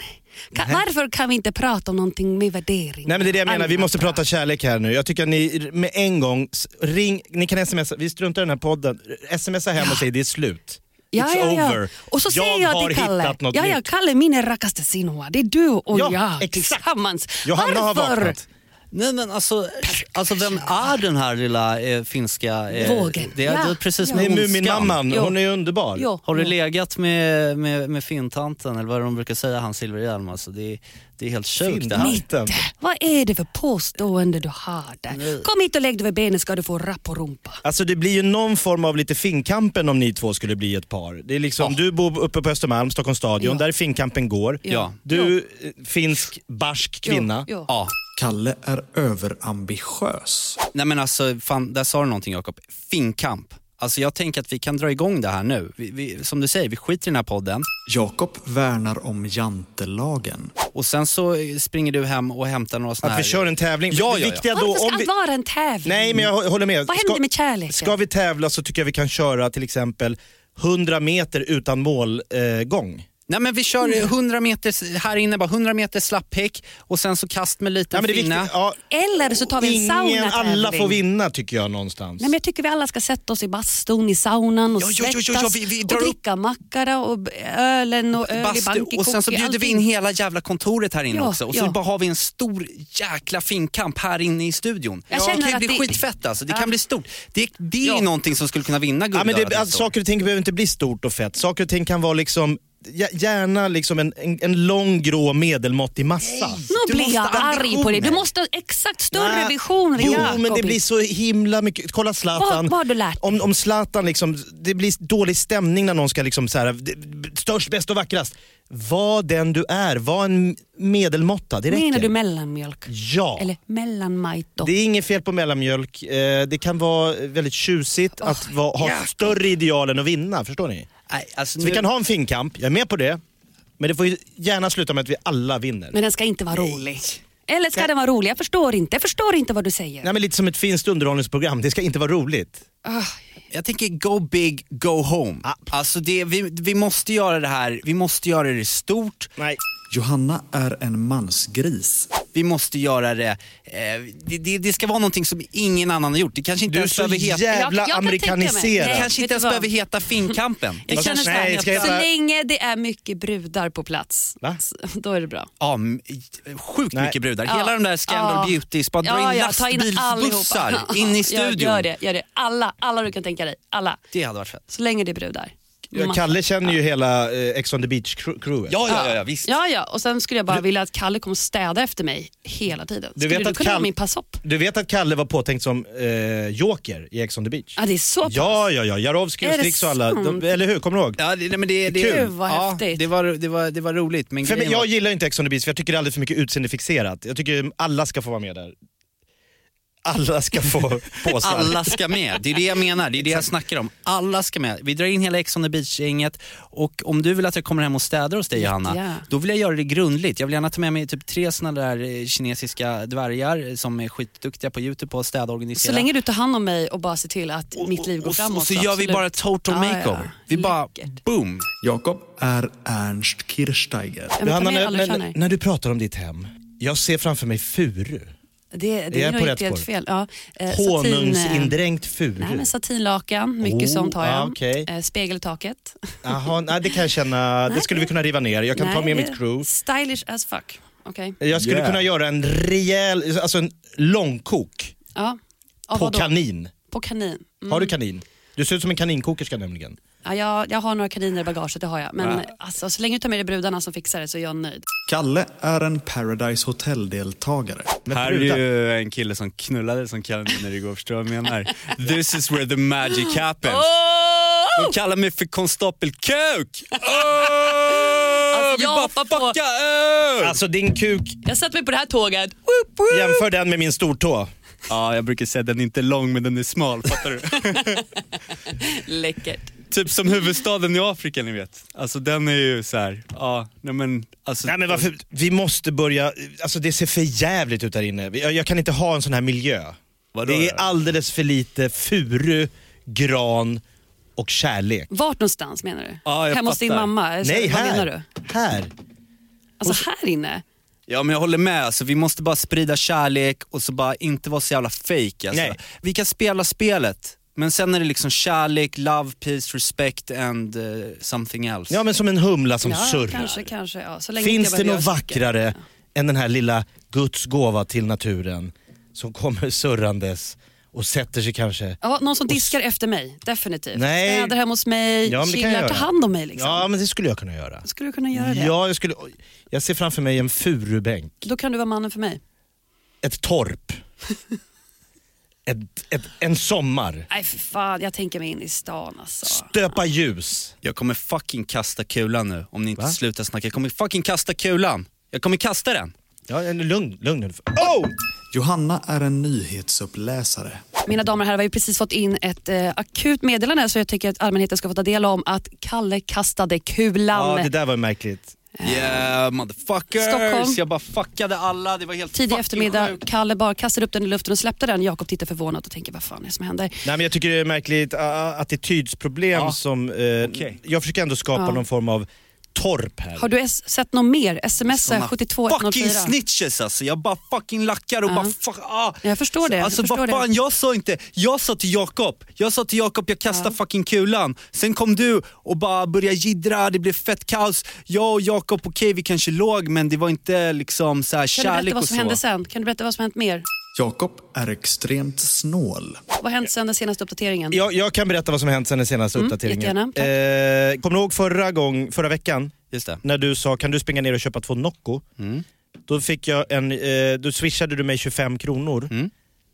Speaker 5: Ka- varför kan vi inte prata om någonting med värdering?
Speaker 6: Nej men det är det jag menar, vi
Speaker 5: Annat
Speaker 6: måste
Speaker 5: bra.
Speaker 6: prata kärlek här nu. Jag tycker att ni med en gång, s- ring, ni kan smsa, vi struntar i den här podden. Smsa hem och säg det är slut.
Speaker 5: Ja,
Speaker 6: It's
Speaker 5: ja, ja.
Speaker 6: over.
Speaker 5: Och så
Speaker 6: jag
Speaker 5: säger jag
Speaker 6: har
Speaker 5: till Kalle,
Speaker 6: hittat något
Speaker 5: ja,
Speaker 6: nytt.
Speaker 5: ja, Kalle min är rakaste sinua, det är du och
Speaker 6: Ja,
Speaker 5: jag
Speaker 6: exakt.
Speaker 5: tillsammans.
Speaker 6: Johanna har
Speaker 5: Varför?
Speaker 6: vaknat.
Speaker 7: Nej men alltså, alltså vem är den här lilla eh, finska...
Speaker 5: Vågen.
Speaker 7: Det är, det
Speaker 5: Ja.
Speaker 7: är precis
Speaker 5: Ja.
Speaker 6: Det
Speaker 7: med
Speaker 6: är Muminmamman,
Speaker 5: Jo.
Speaker 6: hon är underbar.
Speaker 5: Jo.
Speaker 7: Har du legat med, med, med fintanten eller vad de brukar säga, han Silverhjelm alltså, det, är- det är helt sjukt det här.
Speaker 6: Fintanten.
Speaker 5: Vad är det för påstående du har där? Kom hit och lägg dig vid benen ska du få rapp på rumpa.
Speaker 6: Alltså det blir ju någon form av lite finkampen om ni två skulle bli ett par. Det är liksom, Du bor uppe på Östermalm, Stockholms stadion,
Speaker 5: Ja.
Speaker 6: där finkampen går.
Speaker 7: Ja.
Speaker 6: Du, eh, finsk, barsk kvinna.
Speaker 5: Jo, jo.
Speaker 7: Ja.
Speaker 4: Kalle är överambitiös.
Speaker 7: Nej men alltså, fan, där sa du någonting Jakob. Finkamp. Alltså jag tänker att vi kan dra igång det här nu. Vi, vi, som du säger, vi skiter i den här podden
Speaker 4: Jakob värnar om jantelagen.
Speaker 7: och sen så eh, springer du hem och hämtar några sådana
Speaker 6: Att
Speaker 7: här...
Speaker 6: vi kör en tävling.
Speaker 7: Ja,
Speaker 6: Det
Speaker 7: ja, ja.
Speaker 6: viktiga då,
Speaker 5: Varför ska
Speaker 6: om
Speaker 5: allt
Speaker 6: vi...
Speaker 5: vara en tävling?
Speaker 6: Nej men jag hå- håller med.
Speaker 5: Vad händer med kärleken?
Speaker 6: Ska vi tävla så tycker jag vi kan köra till exempel 100 meter utan målgång. Eh, gång.
Speaker 7: Nej men vi kör eh, 100 meter, här inne bara 100 meter slapphäck och sen så kast med liten
Speaker 6: Ja, men det är viktigt.
Speaker 7: finna.
Speaker 6: Ja,
Speaker 5: Eller så tar vi en
Speaker 6: ingen,
Speaker 5: saunatävling.
Speaker 6: alla får vinna tycker jag någonstans.
Speaker 5: Nej, men jag tycker vi alla ska sätta oss i bastun i saunan och
Speaker 7: Ja, ja, ja, ja,
Speaker 5: svettas
Speaker 7: ja, vi- vi drar
Speaker 5: och
Speaker 7: upp-
Speaker 5: dricka mackara och b- ölen och öl i
Speaker 7: Bastu,
Speaker 5: bankicoke.
Speaker 7: och sen så bjuder vi in hela jävla kontoret här inne
Speaker 5: Ja,
Speaker 7: också och så
Speaker 5: ja.
Speaker 7: bara har vi en stor jäkla finkamp här inne i studion.
Speaker 5: Jag
Speaker 7: det
Speaker 5: känner
Speaker 7: kan ju
Speaker 5: att
Speaker 7: bli
Speaker 5: det-
Speaker 7: skitfett alltså, det
Speaker 5: Ja.
Speaker 7: kan bli stort. Det, det är ju
Speaker 5: Ja.
Speaker 7: någonting som skulle kunna vinna
Speaker 6: Ja, men
Speaker 7: Guldörat
Speaker 6: det,
Speaker 7: nästa
Speaker 6: att
Speaker 7: år.
Speaker 6: saker och ting behöver inte bli stort och fett. Saker och ting kan vara liksom, gä- gärna liksom en, en, en lång grå medelmåttig massa.
Speaker 5: Nu
Speaker 6: Du
Speaker 5: blir
Speaker 6: måste
Speaker 5: jag
Speaker 6: ha
Speaker 5: arg på dig. Du
Speaker 6: ambitioner.
Speaker 5: måste ha exakt större
Speaker 6: Nej.
Speaker 5: visioner
Speaker 6: Jo,
Speaker 5: Jakob.
Speaker 6: men det blir så himla mycket. Kolla Zlatan.
Speaker 5: Vad- vad har du lärt dig?
Speaker 6: Om, om Zlatan liksom, det blir dålig stämning när någon ska liksom så här, d- b- störst, bäst och vackrast. Var den du är, var en medelmåtta. Det räcker.
Speaker 5: Menar du mellanmjölk?
Speaker 6: Ja.
Speaker 5: Eller mellanmajto?
Speaker 6: Det är inget fel på mellanmjölk. Eh, Det kan vara väldigt tjusigt att va, ha större ideal än att vinna. Förstår ni?
Speaker 7: Nej,
Speaker 6: Så
Speaker 7: alltså nu,
Speaker 6: vi kan ha en finkamp, jag är med på det. Men det får ju gärna sluta med att vi alla vinner.
Speaker 5: Men den ska inte vara rolig. Eller ska den vara rolig? Jag förstår inte. Jag förstår inte vad du säger.
Speaker 6: Nej men lite som ett finskt underhållningsprogram, det ska inte vara roligt.
Speaker 5: Ah,
Speaker 7: jag tänker go big, go home. Alltså det, vi, vi måste göra det här, vi måste göra det stort,
Speaker 6: Nej.
Speaker 4: Johanna är en mansgris.
Speaker 7: vi måste göra det, eh, det, det, det ska vara någonting som ingen annan har gjort. Det kanske inte
Speaker 6: Du är
Speaker 7: ens
Speaker 6: så
Speaker 7: behöver heta,
Speaker 5: Jag-
Speaker 6: jävla
Speaker 5: jag kan tänka mig.
Speaker 6: amerikaniserad.
Speaker 7: det
Speaker 5: Nej,
Speaker 7: kanske
Speaker 5: vet
Speaker 7: inte
Speaker 5: du
Speaker 7: ens
Speaker 5: vad?
Speaker 7: behöver heta finkampen. Det
Speaker 5: Jag känner så
Speaker 7: kanske-
Speaker 6: Nej,
Speaker 5: här,
Speaker 6: det ska
Speaker 5: så
Speaker 6: heta-
Speaker 5: länge det är mycket brudar på plats,
Speaker 6: Va?
Speaker 5: s- då är det bra.
Speaker 7: Ja, m- sjukt
Speaker 6: Nej.
Speaker 7: mycket brudar.
Speaker 5: Ja.
Speaker 7: Hela de där Scandal
Speaker 5: Ja.
Speaker 7: Beauty, spa, dra
Speaker 5: Ja,
Speaker 7: in
Speaker 5: ja, ta
Speaker 7: lastbilsbussar
Speaker 5: allihopa.
Speaker 7: in i
Speaker 5: Ja, (laughs)
Speaker 7: studion.
Speaker 5: gör det, gör det. Alla, alla du kan tänka dig. Alla.
Speaker 7: Det hade varit fett.
Speaker 5: Så länge det är brudar.
Speaker 6: Ja,
Speaker 5: Massa.
Speaker 6: Kalle känner ju hela eh, Ex on the beach-crewet.
Speaker 7: Ja, ja, ja, ja visst.
Speaker 5: Ja, ja, och sen skulle jag bara vilja att Kalle kommer städa efter mig hela tiden.
Speaker 6: Du
Speaker 5: Skulle
Speaker 6: vet
Speaker 5: du, kunna
Speaker 6: att
Speaker 5: vara
Speaker 6: Kalle-
Speaker 5: min passopp?
Speaker 6: Du vet att Kalle var påtänkt som eh, joker i Ex on the beach?
Speaker 5: Ja, det är så pass.
Speaker 6: Ja, ja, ja. Jarowski och
Speaker 5: Är det
Speaker 6: Strix och alla. De,
Speaker 5: sant?
Speaker 6: eller hur? Kommer du ihåg?
Speaker 7: Ja, det, nej, men det, det,
Speaker 6: Kul.
Speaker 5: Gud, vad
Speaker 7: ja,
Speaker 5: häftigt.
Speaker 7: det, var, det, var, det var roligt. Men
Speaker 6: För mig,
Speaker 7: grejen
Speaker 6: jag
Speaker 7: var,
Speaker 6: gillar ju inte Ex on the beach för jag tycker det är alldeles för mycket utseendefixerat. Jag tycker alla ska få vara med där. Alla ska (laughs) få påsar.
Speaker 7: alla ska med. Det är det jag menar. Det är
Speaker 6: (laughs)
Speaker 7: det jag snackar om. Alla ska med. Vi drar in hela Ex on the beach-gänget och om du vill att jag kommer hem och städar hos dig Johanna,
Speaker 5: Jättegärna.
Speaker 7: då vill jag göra det grundligt. Jag vill gärna ta med mig typ tre sådana där eh, kinesiska dvärgar eh, som är skitduktiga på Youtube på att städa och organisera.
Speaker 5: Så länge du tar hand om mig och bara ser till att mitt liv går
Speaker 7: och,
Speaker 5: framåt.
Speaker 7: Och så gör vi
Speaker 5: absolut.
Speaker 7: bara total
Speaker 5: Ja, ja.
Speaker 7: makeover. Vi bara
Speaker 5: Läckert.
Speaker 7: boom.
Speaker 4: Jakob är Ernst Kirchsteiger.
Speaker 5: Ja, men ta
Speaker 6: Johanna,
Speaker 5: med
Speaker 6: när,
Speaker 5: alla du
Speaker 6: när,
Speaker 5: känner.
Speaker 6: när du pratar om ditt hem, jag ser framför mig furu.
Speaker 5: Det,
Speaker 6: jag
Speaker 5: det
Speaker 6: är
Speaker 5: är
Speaker 6: på
Speaker 5: nog
Speaker 6: rätt
Speaker 5: inte helt
Speaker 6: spår.
Speaker 5: fel. Ja, eh, satin, eh,
Speaker 6: Honungsindränkt furu.
Speaker 5: Nej, men satinlakan, mycket
Speaker 6: Oh,
Speaker 5: sånt har jag.
Speaker 6: ah, okej.
Speaker 5: eh, spegeltaket.
Speaker 6: Jaha, nej, det kan jag känna, det skulle vi kunna riva ner. Jag kan ta
Speaker 5: Nej,
Speaker 6: med mitt crew.
Speaker 5: Stylish as fuck. Okej.
Speaker 6: Jag skulle
Speaker 4: Yeah.
Speaker 6: kunna göra en rejäl, alltså en långkok
Speaker 5: Ja. Av
Speaker 6: på
Speaker 5: vadå?
Speaker 6: kanin.
Speaker 5: På kanin. Mm.
Speaker 6: Har du kanin? Du ser ut som en kaninkokerska nämligen.
Speaker 5: Ja, jag, jag har några kaniner i bagaget, det har jag. Men alltså, så länge du tar med dig brudarna som fixar det så är jag nöjd.
Speaker 4: Kalle är en Paradise Hotel-deltagare.
Speaker 6: Men
Speaker 7: Här är ju en kille som knullade som kaniner igår, förstår du vad jag menar? This is where the magic happens.
Speaker 5: Oh!
Speaker 7: De kallar mig för konstapelkuk! Oh!
Speaker 5: Alltså,
Speaker 7: Vi
Speaker 5: jag
Speaker 7: bara
Speaker 5: hoppar på.
Speaker 7: fucka öl!
Speaker 6: Alltså din kuk,
Speaker 5: Jag satte mig på det här tåget.
Speaker 6: jämför den med min stortå.
Speaker 5: (laughs)
Speaker 7: Ja, jag brukar säga den är inte lång men den är smal, fattar du?
Speaker 5: Läckert.
Speaker 7: typ som huvudstaden i Afrika ni vet. Alltså den är ju så här, ja, nej men alltså.
Speaker 6: Nej men varför, vi måste börja, alltså det ser för jävligt ut där inne. Jag, jag kan inte ha en sån här miljö.
Speaker 7: Vadå
Speaker 6: det är
Speaker 7: då?
Speaker 6: alldeles för lite furu, gran och kärlek.
Speaker 5: Vart någonstans menar du?
Speaker 7: Ja, jag
Speaker 5: Hemma hos din
Speaker 7: fattar.
Speaker 5: mamma? Så,
Speaker 6: Nej,
Speaker 5: vad
Speaker 6: här.
Speaker 5: menar du?
Speaker 6: Här.
Speaker 5: Alltså här inne?
Speaker 7: Ja men jag håller med, alltså, vi måste bara sprida kärlek och så bara inte vara så jävla fake. Alltså.
Speaker 6: Nej.
Speaker 7: Vi kan spela spelet, men sen är det liksom kärlek, love, peace, respect and eh, something else.
Speaker 6: Ja men som en humla som
Speaker 5: ja,
Speaker 6: surrar.
Speaker 5: Kanske, kanske. Ja. Så länge
Speaker 6: Finns
Speaker 5: inte
Speaker 6: det
Speaker 5: jag
Speaker 6: något
Speaker 5: behöver göra så mycket.
Speaker 6: vackrare än den här lilla Guds gåva till naturen som kommer surrandes och sätter sig kanske...
Speaker 5: Ja, någon som diskar efter mig, definitivt.
Speaker 6: Nej.
Speaker 5: Städar hemma hos mig,
Speaker 6: Ja, men det kan jag
Speaker 5: chillar,
Speaker 6: göra.
Speaker 5: tar hand om mig. Liksom.
Speaker 6: Ja men det skulle jag kunna göra.
Speaker 5: Skulle du kunna göra det?
Speaker 6: Ja, jag, skulle, jag ser framför mig en furubänk,
Speaker 5: Då kan du vara mannen för mig.
Speaker 6: ett torp, ett, ett, en sommar,
Speaker 5: Nej, för fan. Jag tänker mig in i stan alltså.
Speaker 6: stöpa ljus.
Speaker 7: Jag kommer fucking kasta kulan nu om ni inte
Speaker 6: Va?
Speaker 7: slutar snacka. Jag kommer fucking kasta kulan. Jag kommer kasta den.
Speaker 6: Ja, en- lugn, lugn nu. Oh!
Speaker 4: Johanna är en nyhetsuppläsare.
Speaker 5: Mina damer och herrar, vi har ju precis fått in ett eh, akut meddelande så jag tycker att allmänheten ska få ta del om att Kalle kastade kulan.
Speaker 6: Ja, det där var ju märkligt.
Speaker 7: Yeah motherfuckers.
Speaker 5: Stockholm.
Speaker 7: Jag bara fuckade alla, det var helt
Speaker 5: Tidig
Speaker 7: fucking
Speaker 5: eftermiddag,
Speaker 7: sjukt.
Speaker 5: Kalle bara kastade upp den i luften och släppte den. Jakob tittar förvånat och tänker vad fan är det som händer?
Speaker 6: Nej, men jag tycker det är märkligt a- a- attitydsproblem
Speaker 7: Ja.
Speaker 6: som... Eh,
Speaker 7: Okej.
Speaker 6: Jag försöker ändå skapa
Speaker 5: Ja.
Speaker 6: någon form av torp här.
Speaker 5: Har du s- sett något mer? Smsa
Speaker 7: Såna
Speaker 5: 72104.
Speaker 7: Fucking snitches alltså, jag bara fucking lackar och
Speaker 5: Ja.
Speaker 7: bara fuck, ah.
Speaker 5: Jag förstår det, jag
Speaker 7: Alltså
Speaker 5: förstår
Speaker 7: vad
Speaker 5: det.
Speaker 7: fan, jag sa inte, jag sa till Jakob, jag sa till Jakob jag kastar fucking kulan. Sen kom du och bara började jiddra, det blev fett kaos. Jag och Jakob, okej vi kanske låg men det var inte liksom så här
Speaker 5: Kan du berätta
Speaker 7: kärlek
Speaker 5: vad som
Speaker 7: och
Speaker 5: hände
Speaker 7: så.
Speaker 5: sen? Kan du berätta vad som hänt mer?
Speaker 4: Jakob är extremt snål.
Speaker 5: Vad hände sen den senaste uppdateringen?
Speaker 6: Jag, jag kan berätta vad som hänt sen den senaste
Speaker 5: Mm,
Speaker 6: uppdateringen.
Speaker 5: jättegärna, tack.
Speaker 6: Eh, kommer du ihåg förra, gång, förra veckan
Speaker 7: Just det.
Speaker 6: när du sa kan du springa ner och köpa två Nocco? Då, fick jag en, eh, då swishade du mig 25 kronor.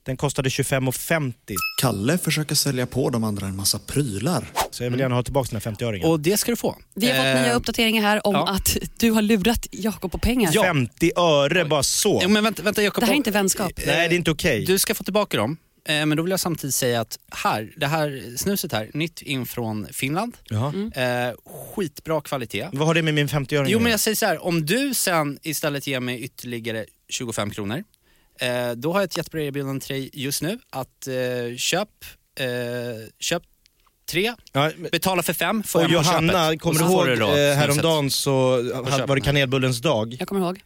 Speaker 6: Den kostade 25,50
Speaker 4: Kalle försöker sälja på de andra en massa prylar.
Speaker 6: så jag vill gärna ha tillbaka den här 50-öringen.
Speaker 7: Mm. Och det ska du få.
Speaker 5: Vi har fått
Speaker 7: Eh,
Speaker 5: nya uppdateringar här om
Speaker 7: ja.
Speaker 5: att du har lurat Jakob på pengar.
Speaker 7: Ja.
Speaker 6: 50 öre bara så.
Speaker 7: Ja, men vänta, vänta Jakob.
Speaker 5: Det här är inte vänskap.
Speaker 6: Nej det är inte okej.
Speaker 7: Du ska få tillbaka dem, eh, men då vill jag samtidigt säga att här, det här snuset här, nytt in från Finland.
Speaker 6: Jaha.
Speaker 5: Mm.
Speaker 7: Eh, skitbra kvalitet.
Speaker 6: Vad har det med min 50-öring
Speaker 7: Jo
Speaker 6: att göra?
Speaker 7: men jag säger så här, om du sen istället ger mig ytterligare 25 kronor, eh, då har jag ett jättebra erbjudande till dig just nu att eh, köp, eh, köp tre,
Speaker 6: Ja, men-
Speaker 7: betala för fem, får
Speaker 6: och
Speaker 7: en på
Speaker 6: Johanna,
Speaker 7: köpet.
Speaker 6: kommer
Speaker 7: Och
Speaker 6: du
Speaker 7: så får
Speaker 6: ihåg
Speaker 7: då
Speaker 6: eh, häromdagen
Speaker 7: snuset.
Speaker 6: så hade-
Speaker 7: köpet.
Speaker 6: var det kanelbullens dag.
Speaker 5: Jag kommer ihåg.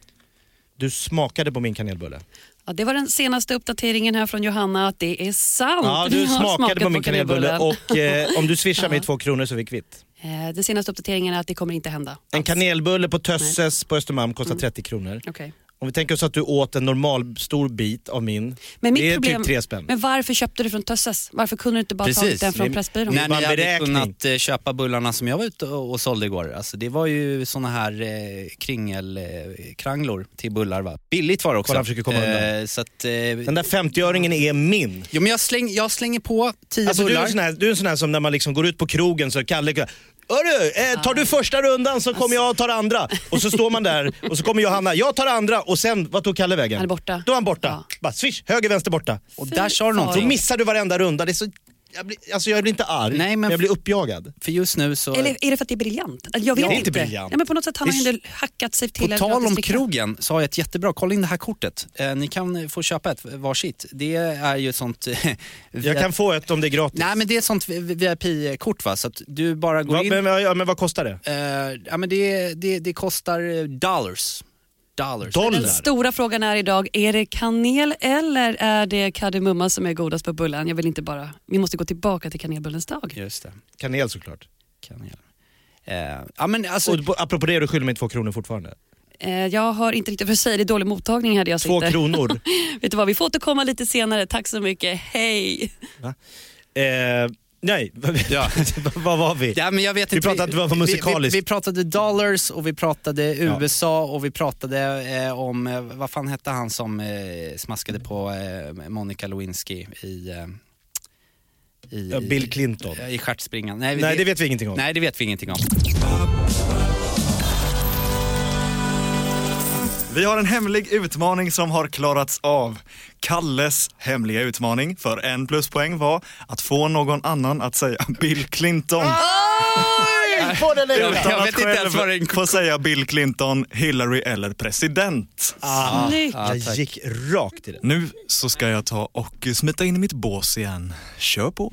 Speaker 6: Du smakade på min kanelbulle.
Speaker 5: Ja, det var den senaste uppdateringen här från Johanna att det är sant.
Speaker 6: Ja, du
Speaker 5: Vi har
Speaker 6: smakade
Speaker 5: smakat
Speaker 6: på min kanelbulle
Speaker 5: kanelbullen.
Speaker 6: och eh, om du swishar mig två kronor så är vi kvitt.
Speaker 5: Eh, Den senaste uppdateringen är att det kommer inte hända. Alltså.
Speaker 6: En kanelbulle på Tösses på Östermalm kostar
Speaker 7: Mm.
Speaker 6: 30 kronor.
Speaker 5: Okej.
Speaker 6: Om vi tänker oss att du åt en normal stor bit av min.
Speaker 5: Men mitt
Speaker 6: det är
Speaker 5: problem,
Speaker 6: typ tre spänn.
Speaker 5: Men varför köpte du från Tösses? Varför kunde du inte bara
Speaker 7: Precis.
Speaker 5: tagit den från
Speaker 7: Vi-
Speaker 5: Pressbyrån?
Speaker 7: När
Speaker 6: bara en
Speaker 7: ni hade
Speaker 6: beräkning.
Speaker 7: kunnat eh, köpa bullarna som jag var ute och, och sålde igår, alltså det var ju såna här eh, kringelkranglor eh, kranglor till bullar va. Billigt var det också.
Speaker 6: Kolla, han försöker komma undan.
Speaker 7: Eh, så att, eh,
Speaker 6: Den där 50-öringen är min.
Speaker 7: jo, men jag, släng, jag slänger på 10
Speaker 6: Alltså, du, är
Speaker 7: bullar.
Speaker 6: en sån här, du är en sån här som när man liksom går ut på krogen så Kalle Hörru, eh, tar du första rundan så kommer jag och tar andra. Och så står man där och så kommer Johanna, jag tar andra och sen, vad tog Kalle vägen?
Speaker 5: Han är borta.
Speaker 6: Då är han borta.
Speaker 5: Ja.
Speaker 6: Bara swish, höger, vänster, borta.
Speaker 7: och där sa du någonting.
Speaker 6: Då missar du varenda runda. Det är så, jag, blir, alltså jag blir inte arg,
Speaker 7: Nej, men-
Speaker 6: men, jag blir uppjagad.
Speaker 7: För just nu så...
Speaker 5: Eller är det för att det är briljant? Alltså, Jag vet
Speaker 6: Det är
Speaker 5: inte.
Speaker 6: inte briljant.
Speaker 5: Nej, men på något sätt han
Speaker 7: Det
Speaker 5: har
Speaker 7: är
Speaker 5: ju ändå hackat sig till
Speaker 7: På
Speaker 5: en
Speaker 7: tal om
Speaker 5: gratisdricka.
Speaker 7: krogen så har jag ett jättebra, kolla in det här kortet. Eh, ni kan eh, få köpa ett varsitt. Det är ju ett sånt... (laughs)
Speaker 6: Jag kan få ett om det är gratis.
Speaker 7: Nej men det är ett sånt vi- vi- VIP-kort va, så att du bara går
Speaker 6: Va,
Speaker 7: in.
Speaker 6: men, ja, men vad kostar det?
Speaker 7: Eh, ja, men det, det, det kostar eh, dollars. Dollars.
Speaker 6: Dollar?
Speaker 5: Den stora frågan är idag, är det kanel eller är det kardemumma som är godast på bullen? Jag vill inte bara, vi måste gå tillbaka till kanelbullens dag.
Speaker 7: Just det.
Speaker 6: Kanel såklart.
Speaker 7: Kanel. Eh, ja men alltså...
Speaker 6: Och på- apropå det, du skyller mig två kronor fortfarande.
Speaker 5: Eh, jag har inte riktigt, för sig, det är dålig mottagning här där jag
Speaker 6: Två
Speaker 5: sitter.
Speaker 6: kronor.
Speaker 5: (laughs) Vet du vad, vi får återkomma lite senare. Tack så mycket, hej!
Speaker 6: eh, nej, (laughs)
Speaker 7: Ja.
Speaker 6: vad var vi?
Speaker 7: Ja, men jag vet
Speaker 6: Vi
Speaker 7: inte.
Speaker 6: pratade att det var musikaliskt.
Speaker 7: Vi, vi, vi pratade dollars och vi pratade USA och vi pratade eh, om, eh, vad fan hette han som eh, smaskade på eh, Monica Lewinsky i... Eh, i
Speaker 6: Ja, Bill Clinton.
Speaker 7: I, i stjärtspringan. Nej, vi-
Speaker 6: Nej, det vet vi ingenting om.
Speaker 7: Nej, det vet vi ingenting om.
Speaker 4: Vi har en hemlig utmaning som har klarats av. Kalles hemliga utmaning för en pluspoäng var att få någon annan att säga (laughs) Bill Clinton.
Speaker 6: På den
Speaker 4: Utan
Speaker 6: där.
Speaker 4: att
Speaker 7: Ah, vet inte ens vad
Speaker 4: själv få säga Bill Clinton, Hillary eller president.
Speaker 5: Snyggt.
Speaker 6: Jag gick rakt i den.
Speaker 4: Nu så ska jag ta och smita in i mitt bås igen. Kör på!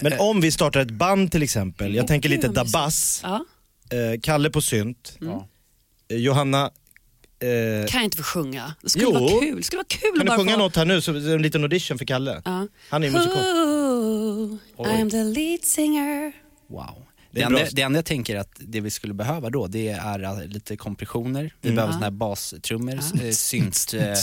Speaker 6: Men om vi startar ett band till exempel, jag tänker lite Dabas,
Speaker 5: Ja.
Speaker 6: eh, Kalle på synt,
Speaker 5: Mm.
Speaker 6: eh, Johanna, eh,
Speaker 5: Kan jag inte få sjunga? Det skulle
Speaker 6: Jo.
Speaker 5: vara kul. Det skulle vara kul
Speaker 6: kan
Speaker 5: att
Speaker 6: du
Speaker 5: bara
Speaker 6: sjunga
Speaker 5: få...
Speaker 6: något här nu? Så, en liten audition för Kalle.
Speaker 5: Ja.
Speaker 6: Han är ju musikal.
Speaker 5: Ooh, I'm the lead singer.
Speaker 7: Wow.
Speaker 6: Det
Speaker 7: Det,
Speaker 6: är
Speaker 7: enda,
Speaker 6: bra.
Speaker 7: det enda jag tänker att det vi skulle behöva då, det är eh, lite kompressioner. Vi
Speaker 6: Mm.
Speaker 7: behöver såna här bastrummor, ja.
Speaker 6: (laughs)
Speaker 7: synt, eh, eh,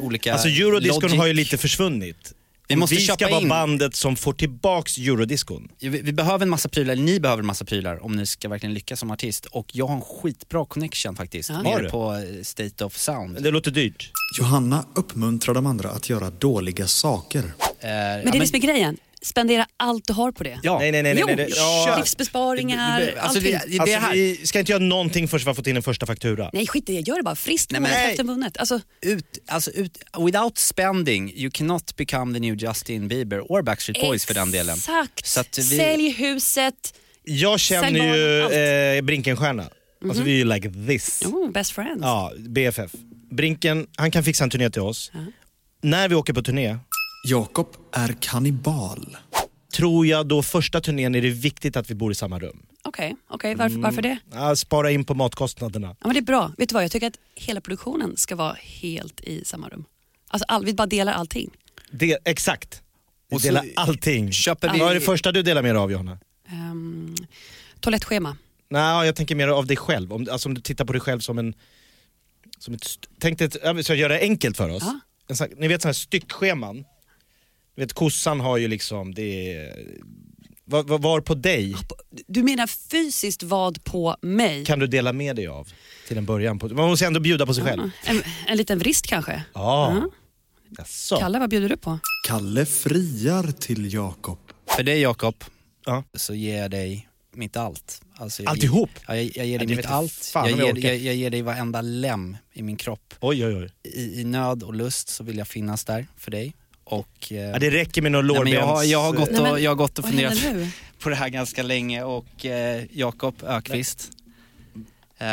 Speaker 7: olika...
Speaker 6: Ah. Alltså eurodiscon
Speaker 7: Logic.
Speaker 6: har ju lite försvunnit.
Speaker 7: Vi måste
Speaker 6: vi ska
Speaker 7: köpa
Speaker 6: vara
Speaker 7: in.
Speaker 6: bandet som får tillbaks eurodiscon.
Speaker 7: Vi, vi behöver en massa prylar, ni behöver en massa prylar om ni ska verkligen lyckas som artist. Och jag har en skitbra connection faktiskt,
Speaker 6: Har du?
Speaker 7: nere på eh, State of Sound.
Speaker 6: Det låter dyrt.
Speaker 4: Johanna uppmuntrar de andra att göra dåliga saker.
Speaker 7: Eh, ja,
Speaker 5: Men det är liksom grejen. Spendera allt du har på det.
Speaker 7: Ja.
Speaker 6: Nej, nej, nej. nej, nej.
Speaker 5: jo,
Speaker 6: det-
Speaker 5: livsbesparingar,
Speaker 7: Alltså,
Speaker 5: allting.
Speaker 7: det, det,
Speaker 6: Alltså,
Speaker 7: här,
Speaker 6: vi ska inte göra någonting förrän vi har fått in en första faktura.
Speaker 5: Nej skit i det, gör det bara friskt
Speaker 7: Nej,
Speaker 5: målet
Speaker 7: men-
Speaker 5: efter vunnet. Alltså,
Speaker 7: ut, alltså, ut, without spending you cannot become the new Justin Bieber or Backstreet Boys för den delen.
Speaker 5: Exakt.
Speaker 7: Så att vi-
Speaker 5: Sälj huset.
Speaker 6: Jag
Speaker 5: Sälj
Speaker 6: känner
Speaker 5: barnen,
Speaker 6: ju eh, Brinkenstierna.
Speaker 5: Mhm.
Speaker 6: Alltså vi är ju like this.
Speaker 5: Oh, best friends.
Speaker 6: Ja, BFF. Brinken, han kan fixa en turné till oss. När vi åker på turné,
Speaker 4: Jakob är kannibal.
Speaker 6: tror jag då första turnén är det viktigt att vi bor i samma rum.
Speaker 5: Okej, okej. varför, varför det?
Speaker 6: Ja, spara in på matkostnaderna.
Speaker 5: Ja, men det är bra. Vet du vad, jag tycker att hela produktionen ska vara helt i samma rum. Alltså, all, vi bara delar allting.
Speaker 6: Det, exakt. Och
Speaker 7: Och så
Speaker 6: dela allting.
Speaker 7: köper vi-
Speaker 6: Vad är det första du delar med dig av Johanna?
Speaker 5: Um, toalettschema.
Speaker 6: Nej, jag tänker mer av dig själv. Om, alltså om du tittar på dig själv som en... Som ett, st- tänk dig, ett- ja, vi ska göra det enkelt för oss.
Speaker 5: Ja.
Speaker 6: En sån, ni vet sådana här styckscheman? Ni vet kossan har ju liksom, det är... Var, var, var på dig
Speaker 5: Du menar fysiskt vad på mig?
Speaker 6: kan du dela med dig av till en början. På, man måste ändå bjuda på sig själv.
Speaker 5: En, en liten vrist kanske?
Speaker 6: Ja.
Speaker 5: Mm.
Speaker 6: Jaså.
Speaker 5: Kalle, vad bjuder du på?
Speaker 4: Kalle friar till Jakob.
Speaker 7: För dig Jakob,
Speaker 6: Ja.
Speaker 7: så ger jag dig mitt allt. Alltså, jag
Speaker 6: Alltihop?
Speaker 7: Ger, ja, jag, jag ger
Speaker 6: Ja,
Speaker 7: dig
Speaker 6: det
Speaker 7: mitt
Speaker 6: vet jag
Speaker 7: allt.
Speaker 6: fan
Speaker 7: Jag
Speaker 6: om jag
Speaker 7: ger,
Speaker 6: orkar.
Speaker 7: jag, jag ger dig varenda lem i min kropp.
Speaker 6: Oj, oj, oj.
Speaker 7: I, I nöd och lust så vill jag finnas där för dig. Och, eh,
Speaker 6: Ja, det eh, räcker med någon
Speaker 7: nej, men
Speaker 6: lårbens...
Speaker 7: jag, har, jag, har gått
Speaker 5: Nej, men-
Speaker 7: och, jag har gått och
Speaker 5: Vad händer
Speaker 7: funderat
Speaker 5: nu?
Speaker 7: på det här ganska länge och eh, Jakob Ökvist eh,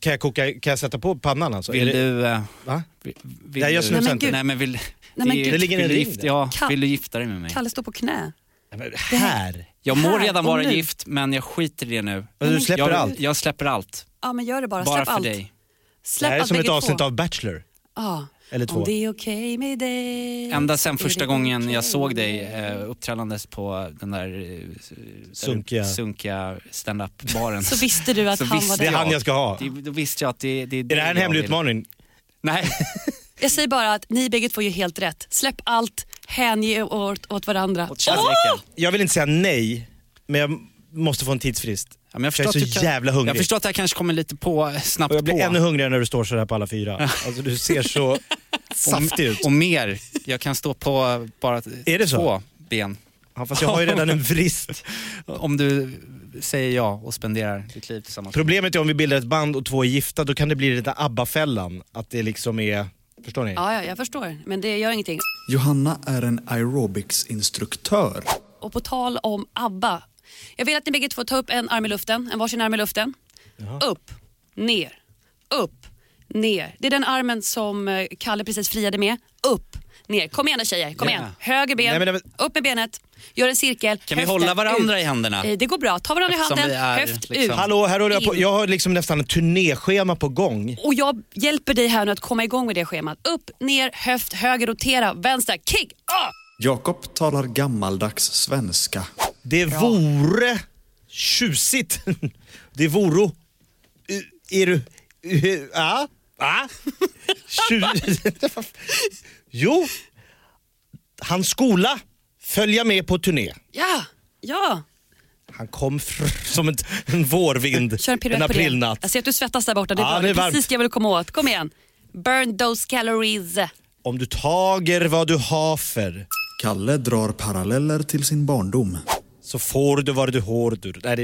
Speaker 6: Kan jag, koka, kan jag sätta på pannan alltså?
Speaker 7: vill
Speaker 6: Är det,
Speaker 7: du... Eh,
Speaker 6: va?
Speaker 7: vill, vill
Speaker 6: Nej, jag
Speaker 7: du-
Speaker 6: snusar
Speaker 5: Nej, men inte. gud.
Speaker 7: Nej men vill...
Speaker 5: Nej, men
Speaker 7: är-
Speaker 5: gud.
Speaker 6: Det ligger en
Speaker 7: vill du
Speaker 6: ring
Speaker 7: gifta-
Speaker 6: där.
Speaker 7: Ja,
Speaker 5: Kan-
Speaker 7: vill du gifta dig med mig?
Speaker 5: Kalle står på knä.
Speaker 6: Nej, men här!
Speaker 7: Jag
Speaker 5: Här
Speaker 7: må redan
Speaker 5: och
Speaker 7: vara
Speaker 5: nu.
Speaker 7: gift men jag skiter i det nu.
Speaker 6: Du släpper
Speaker 7: jag,
Speaker 6: allt.
Speaker 7: Jag släpper allt.
Speaker 5: Ja, men gör det bara.
Speaker 7: Bara
Speaker 5: Släpp
Speaker 7: för
Speaker 5: allt.
Speaker 7: dig.
Speaker 6: Det
Speaker 5: Släpp
Speaker 6: här är
Speaker 5: allt
Speaker 6: som ett
Speaker 5: bägge
Speaker 6: avsnitt
Speaker 5: två.
Speaker 6: av Bachelor.
Speaker 5: Ja.
Speaker 6: Eller
Speaker 5: Om
Speaker 6: två.
Speaker 5: det är okej med dig.
Speaker 7: Ända sen första
Speaker 5: Är det
Speaker 7: gången
Speaker 5: okej?
Speaker 7: jag såg dig eh, uppträdandes på den där eh,
Speaker 6: Sunkiga.
Speaker 7: sunkiga stand-up-baren.
Speaker 5: Så visste du att
Speaker 7: Så
Speaker 5: han var
Speaker 7: visste
Speaker 6: Det är
Speaker 5: där.
Speaker 6: han jag ska ha.
Speaker 7: Det, då visste jag att det, det,
Speaker 6: Är det här en
Speaker 7: jag
Speaker 6: hemlig
Speaker 7: vill.
Speaker 6: utmaning? (laughs)
Speaker 7: Nej.
Speaker 5: Jag säger bara att ni bägge två gör helt rätt. Släpp allt, hänge er åt, åt varandra.
Speaker 7: Kärleken.
Speaker 6: Jag vill inte säga nej, men jag måste få en tidsfrist.
Speaker 7: Ja, men jag,
Speaker 6: För jag
Speaker 7: förstår
Speaker 6: är så
Speaker 7: att du kan-
Speaker 6: jävla hungrig.
Speaker 7: Jag förstår att det här kanske kommer lite på, eh, snabbt
Speaker 6: Och jag blir
Speaker 7: på.
Speaker 6: ännu hungrigare när du står så här på alla fyra. Alltså du ser
Speaker 7: (laughs)
Speaker 6: så saftig ut.
Speaker 7: och mer. Jag kan stå på bara
Speaker 6: Är det så?
Speaker 7: två ben.
Speaker 6: Ja, fast jag har ju redan en vrist.
Speaker 7: (laughs) Om du säger ja och spenderar ditt liv tillsammans.
Speaker 6: Problemet är om vi bildar ett band och två är gifta, då kan det bli den där ABBA-fällan. Att det liksom är... Förstår ni?
Speaker 5: Ja, ja, jag förstår. Men det gör ingenting.
Speaker 4: Johanna är en aerobicsinstruktör.
Speaker 5: Och på tal om ABBA. Jag vill att ni bägge två tar upp en arm i luften, en varsin arm i luften. Upp, ner, upp, ner. Det är den armen som eh, Kalle precis friade med. Upp, ner. Kom igen nu tjejer, kom
Speaker 7: Ja.
Speaker 5: igen. Höger ben,
Speaker 6: Nej, men det var-
Speaker 5: upp med benet, gör en cirkel.
Speaker 7: Kan vi
Speaker 5: Höften
Speaker 7: hålla varandra
Speaker 5: ut.
Speaker 7: i händerna?
Speaker 5: Eh, Det går bra, ta varandra i
Speaker 7: Eftersom
Speaker 5: handen,
Speaker 7: vi är
Speaker 5: höft
Speaker 7: liksom-
Speaker 5: ut.
Speaker 6: Hallå, här håller jag på.
Speaker 5: In.
Speaker 6: Jag har liksom nästan ett turnéschema på gång.
Speaker 5: Och jag hjälper dig här nu att komma igång med det schemat. Upp, ner, höft, höger, rotera, vänster, kick! Ah!
Speaker 4: Jakob talar gammaldags svenska.
Speaker 6: (laughs) Det vore tjusigt. Det vore... Är du... (laughs) Ja? Va? Tju- (laughs) jo, hans skola följa med på turné.
Speaker 5: Ja, ja.
Speaker 6: Han kom fr- som en, en vårvind
Speaker 5: Kör en piruett
Speaker 6: en
Speaker 5: på det. Alltså-
Speaker 6: aprilnatt.
Speaker 5: Jag ser att du svettas där borta. Det är,
Speaker 6: Ja,
Speaker 5: bra.
Speaker 6: det är varmt.
Speaker 5: precis det jag vill komma åt. Kom igen. Burn those calories.
Speaker 6: Om du tager vad du hafer.
Speaker 4: Kalle drar paralleller till sin barndom.
Speaker 6: Så får du vad du hårdur. Nej, det...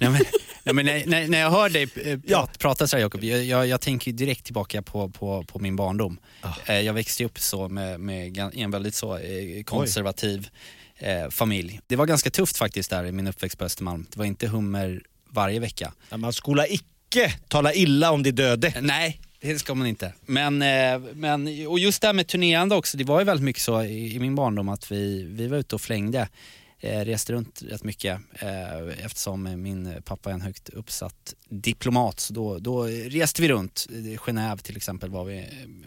Speaker 7: nej, men, nej, men när, när, när jag hör dig eh, prat, prata så här Jakob, jag, jag, jag tänker ju direkt tillbaka på, på, på min barndom. Eh, Jag växte ju upp så med, med gan- i en väldigt så eh, konservativ eh, familj. Det var ganska tufft faktiskt där i min uppväxt på Östermalm. Det var inte hummer varje vecka.
Speaker 6: Man skola icke tala illa om de döde.
Speaker 7: Nej, det ska man inte. Men, eh, men och just det här med turnerande också, det var ju väldigt mycket så i, i min barndom att vi, vi var ute och flängde. Eh, reste runt rätt mycket eh, eftersom min pappa är en högt uppsatt diplomat. Så då, då reste vi runt. Eh, Genève till exempel var vi eh,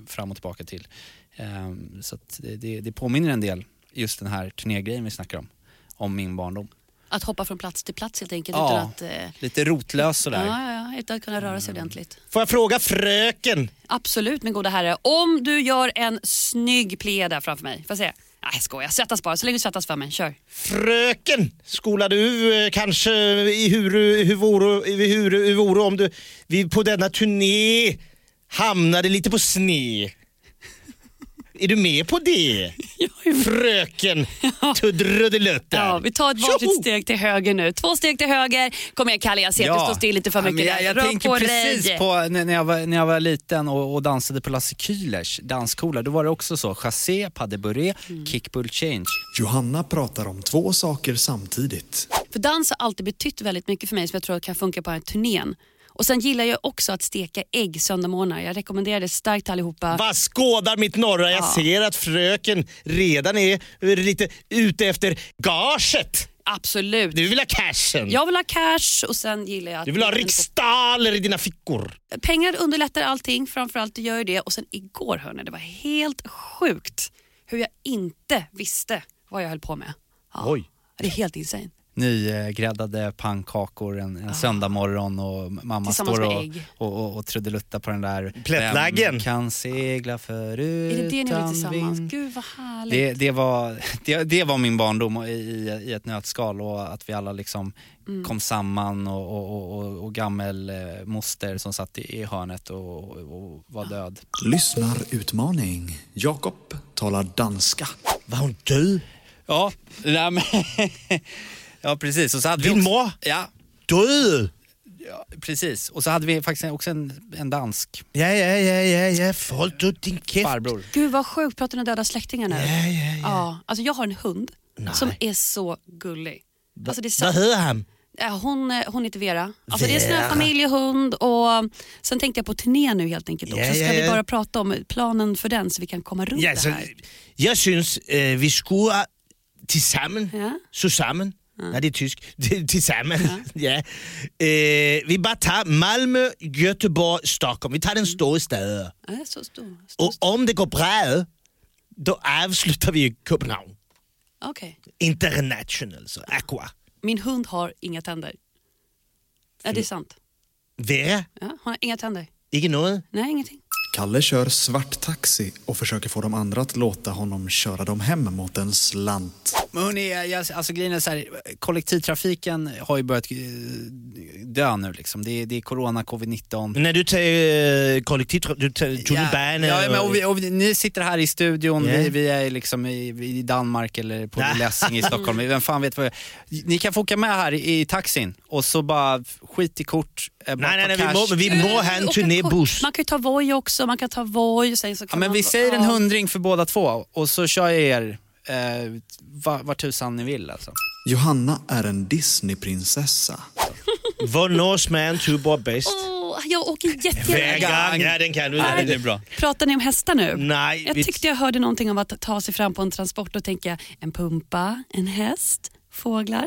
Speaker 7: fram och tillbaka till. Eh, så att det, det, det påminner en del, just den här turnégrejen vi snackar om, om min barndom.
Speaker 5: Att hoppa från plats till plats helt enkelt.
Speaker 7: Ja.
Speaker 5: Utan att, eh,
Speaker 7: Lite rotlös sådär.
Speaker 5: ja, ja, utan att kunna röra sig ordentligt.
Speaker 6: Får jag fråga fröken?
Speaker 5: Absolut min goda herre. Om du gör en snygg plié där framför mig. Får jag se? Nej jag skojar, svettas bara. Så länge du svettas för mig. Kör.
Speaker 6: Fröken, skola du eh, kanske i huru, hur voro, i huru, hur voro om du vi på denna turné hamnade lite på sne? Är du med
Speaker 5: (laughs)
Speaker 6: på det? Fröken Tuddeludelutter.
Speaker 5: Ja, vi tar ett varsitt steg till höger nu. Två steg till höger. Kom igen Kalle, jag ser att du står still lite för
Speaker 7: Ja, men
Speaker 5: mycket.
Speaker 7: jag,
Speaker 5: där.
Speaker 7: jag
Speaker 5: Rör
Speaker 7: tänker precis
Speaker 5: dig.
Speaker 7: på när när jag var, när jag var liten och, och dansade på Lasse Kühlers dansskola. Då var det också så, chassé, pas de bourré,
Speaker 5: Mm.
Speaker 7: kick bull change.
Speaker 4: Johanna pratar om två saker samtidigt.
Speaker 5: För dans har alltid betytt väldigt mycket för mig som jag tror kan funka på den här turnén. Och sen gillar jag också att steka ägg söndagmorgnar. Jag rekommenderar det starkt till allihopa.
Speaker 6: Vad skådar mitt norra? Jag
Speaker 5: Ja.
Speaker 6: ser att fröken redan är eh, lite ute efter gaget.
Speaker 5: Absolut.
Speaker 6: Du vill ha cashen.
Speaker 5: Jag vill ha cash och sen gillar jag att...
Speaker 6: Du vill ha riksdaler i dina fickor.
Speaker 5: Pengar underlättar allting, framförallt det gör ju det. Och sen igår hörni, det var helt sjukt hur jag inte visste vad jag höll på med.
Speaker 6: Oj.
Speaker 5: Det är helt insane.
Speaker 7: Nygräddade pannkakor en, en söndagmorgon och mamma
Speaker 5: Ah. Tillsammans
Speaker 7: står
Speaker 5: med
Speaker 7: och,
Speaker 5: ägg.
Speaker 7: och, och, och trudeluttar på den där.
Speaker 6: Plättlaggen.
Speaker 7: Vem kan segla förut?
Speaker 5: Är det det ni gör
Speaker 7: utan
Speaker 5: tillsammans?
Speaker 7: vind?
Speaker 5: Gud vad härligt.
Speaker 7: Det, det, var, (laughs) det, det var min barndom i, i, i ett nötskal och att vi alla liksom
Speaker 5: Mm.
Speaker 7: kom samman och, och, och, och, och gammelmoster som satt i, i hörnet och, och, och var död.
Speaker 4: Lyssnarutmaning. Jakob talar danska.
Speaker 6: Var hon död?
Speaker 7: Ja, nej, men, (laughs) ja precis. Och så hade
Speaker 6: Din
Speaker 7: vi
Speaker 6: ma?
Speaker 7: Ja,
Speaker 6: Död?
Speaker 7: ja, precis. Och så hade vi faktiskt också en, en dansk
Speaker 6: Ja, ja, ja, ja, ja. Folk du din käft.
Speaker 7: farbror.
Speaker 5: Gud vad sjukt, pratar ni döda släktingar nu? Ja, alltså jag har en hund som är så gullig. Alltså det är så-
Speaker 6: Vad hör han?
Speaker 5: Eh, Hon, eh, hon heter Vera. Alltså Det är en sån här
Speaker 6: Vera.
Speaker 5: familjehund och sen tänkte jag på turné nu helt enkelt
Speaker 6: Ja,
Speaker 5: också. Ska
Speaker 6: ja,
Speaker 5: vi
Speaker 6: ja.
Speaker 5: bara prata om planen för den så vi kan komma runt
Speaker 6: Ja,
Speaker 5: det
Speaker 6: så,
Speaker 5: här?
Speaker 6: jag syns eh, vi skulle tillsammans,
Speaker 5: Ja.
Speaker 6: tillsammans, nej det är tysk, (laughs) tillsammans. (laughs) Ja. Eh, vi bara tar Malmö, Göteborg, Stockholm. Vi tar den
Speaker 5: Mm.
Speaker 6: stora staden.
Speaker 5: Ja, så stor.
Speaker 6: Och om det går bra, då avslutar vi i Köpenhamn.
Speaker 5: Okej.
Speaker 6: International, så aqua.
Speaker 5: Min hund har inga tänder. Ja, det är sant.
Speaker 6: Vera,
Speaker 5: Ja, hon har inga tänder.
Speaker 6: inte något?
Speaker 5: Nej, ingenting.
Speaker 4: Kalle kör svart taxi och försöker få de andra att låta honom köra dem hem mot en slant.
Speaker 7: Men hörni, jag- jag- alltså grejen är så här, kollektivtrafiken har ju börjat eh, dö nu liksom. Det är, det är corona, covid-19.
Speaker 6: Men när du tar eh, kollektivtrafik, du tar tunnelbana
Speaker 7: ja, men,
Speaker 6: och-
Speaker 7: och vi, och vi, ni sitter här i studion,
Speaker 6: Ja.
Speaker 7: vi, vi är liksom i, i Danmark eller på
Speaker 6: Ja.
Speaker 7: Lessing i Stockholm. Vem fan vet vad Ni kan få åka med här i, i taxin och så bara skit i kort, eh, bara
Speaker 6: Nej, nej,
Speaker 7: ta
Speaker 6: nej, vi må,
Speaker 7: cash. Mm.
Speaker 6: vi må ha en
Speaker 5: Åka
Speaker 6: turnébuss.
Speaker 5: kort. Man kan ju ta Voi också. Man kan ta Voi och sen så
Speaker 7: Ja,
Speaker 5: kan
Speaker 7: men
Speaker 5: man...
Speaker 7: vi säger en
Speaker 5: Ja.
Speaker 7: hundring för båda två och så kör jag er eh, va- vart tusan ni vill alltså.
Speaker 4: Johanna är en Disneyprinsessa.
Speaker 6: Vad nås man tubar bäst?
Speaker 5: Åh, jag åker jättegärna.
Speaker 6: Vägang, ja den kan du.
Speaker 5: Nej.
Speaker 6: Den är bra.
Speaker 5: Pratar ni om hästar nu?
Speaker 6: Nej,
Speaker 5: Jag
Speaker 6: vi-
Speaker 5: tyckte jag hörde någonting om att ta sig fram på en transport och tänka en pumpa, en häst, fåglar.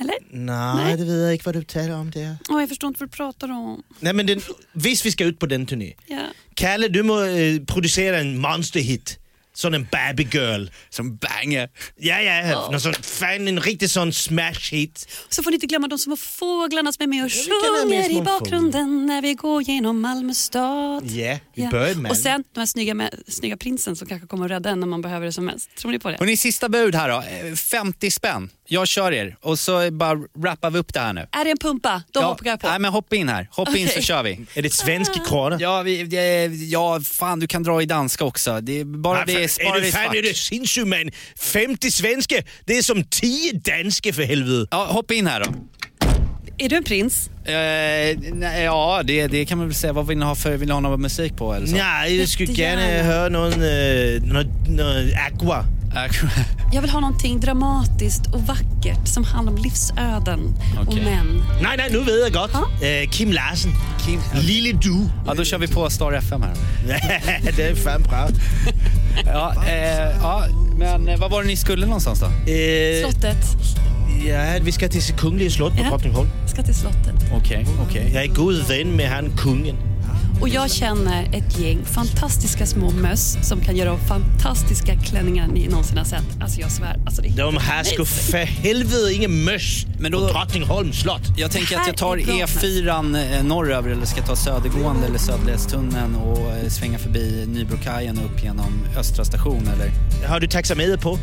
Speaker 5: Eller?
Speaker 6: Nej, det vet jag inte vad du talar om det.
Speaker 5: Åh, jag förstår inte vad du pratar om.
Speaker 6: Nej, men den, visst vi ska ut på den turné.
Speaker 5: Ja.
Speaker 6: Kalle, du må eh, producera en monsterhit. Sån en baby girl.
Speaker 7: Som banger.
Speaker 6: Ja, ja. Någon sån, fan, en riktig sån smash hit.
Speaker 5: Så får ni inte glömma de små fåglarna som är med och
Speaker 6: är med
Speaker 5: sjunger i
Speaker 6: små
Speaker 5: bakgrunden när vi går genom Malmö stad.
Speaker 6: Ja,
Speaker 5: Ja.
Speaker 6: vi börjar med.
Speaker 5: Och sen den här snygga, mä- snygga prinsen som kanske kommer att rädda en när man behöver det som mest. Tror ni på det?
Speaker 7: Och ni sista bud här då. Eh, 50 spänn. Jag kör er och så bara wrappar vi upp det här nu.
Speaker 5: Är det en pumpa? Då
Speaker 7: ja,
Speaker 5: hoppar jag på.
Speaker 7: Nej, men hoppa in här. Hoppa in så
Speaker 5: Okej.
Speaker 7: kör vi.
Speaker 6: Är det svensk kran?
Speaker 7: Ja, vi, det, ja, fan du kan dra i danska också. Det, är bara
Speaker 6: Nej,
Speaker 7: det
Speaker 6: för-
Speaker 7: är spara
Speaker 6: är
Speaker 7: det
Speaker 6: du fan,
Speaker 7: svart.
Speaker 6: är du sindssyg man? 50 svenska, det är som 10 danska för helvete.
Speaker 7: Ja, hoppa in här då.
Speaker 5: Är du en prins?
Speaker 7: Eh, nej, ja, det, det kan man väl säga. Vad vill ni ha för, vill ni ha någon musik på eller så?
Speaker 6: Nej, jag skulle
Speaker 5: Jättegärna.
Speaker 6: gärna höra någon, eh, någon, någon aqua.
Speaker 7: Äh,
Speaker 5: Jag vill ha någonting dramatiskt och vackert som handlar om livsöden och
Speaker 7: Okej.
Speaker 5: män.
Speaker 6: Nej, nej, nu vet jag gott.
Speaker 5: Ja.
Speaker 6: Eh, Kim Larsen.
Speaker 7: Kim.
Speaker 6: Lille du. (laughs)
Speaker 7: Ja, då kör vi på Star FM här.
Speaker 6: det är fan bra.
Speaker 7: Ja, eh, ja, men eh, vad var det ni skulle någonstans då?
Speaker 6: Eh,
Speaker 5: Slottet.
Speaker 6: ja, vi ska till Kungliga slott på
Speaker 5: Ja.
Speaker 6: Drottningholm.
Speaker 5: Jag ska till slottet.
Speaker 7: Okej, okej.
Speaker 6: Jag är god vän med han kungen.
Speaker 5: Och jag känner ett gäng fantastiska små möss som kan göra de fantastiska klänningar ni någonsin har sett. Alltså jag svär. Alltså det är
Speaker 6: De här ska för helvete ingen möss
Speaker 7: Men då-
Speaker 6: på Drottningholms slott.
Speaker 7: Jag tänker att jag tar
Speaker 5: Det här är bra.
Speaker 7: E4 eh, norröver eller ska jag ta södergående eller Söderledstunneln och eh, svänga förbi Nybrokajen och upp genom Östra station eller?
Speaker 6: Har du taxameter på?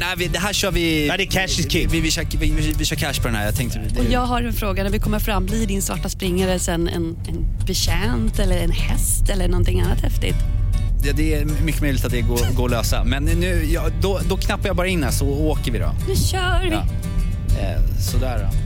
Speaker 7: Nej, vi, det här kör vi...
Speaker 6: Nej, det är cash is
Speaker 7: vi,
Speaker 6: king.
Speaker 7: vi, vi, kör, vi, vi, vi kör cash på den här. Jag tänkte... Det,
Speaker 5: Och jag har en fråga. När vi kommer fram, blir din svarta springare sen en, en betjänt eller en häst eller någonting annat häftigt?
Speaker 7: det, det är mycket möjligt att det går, går att lösa. Men nu, ja, då, då knappar jag bara in här så åker vi då.
Speaker 5: Nu kör vi!
Speaker 7: Ja. Eh, sådär då.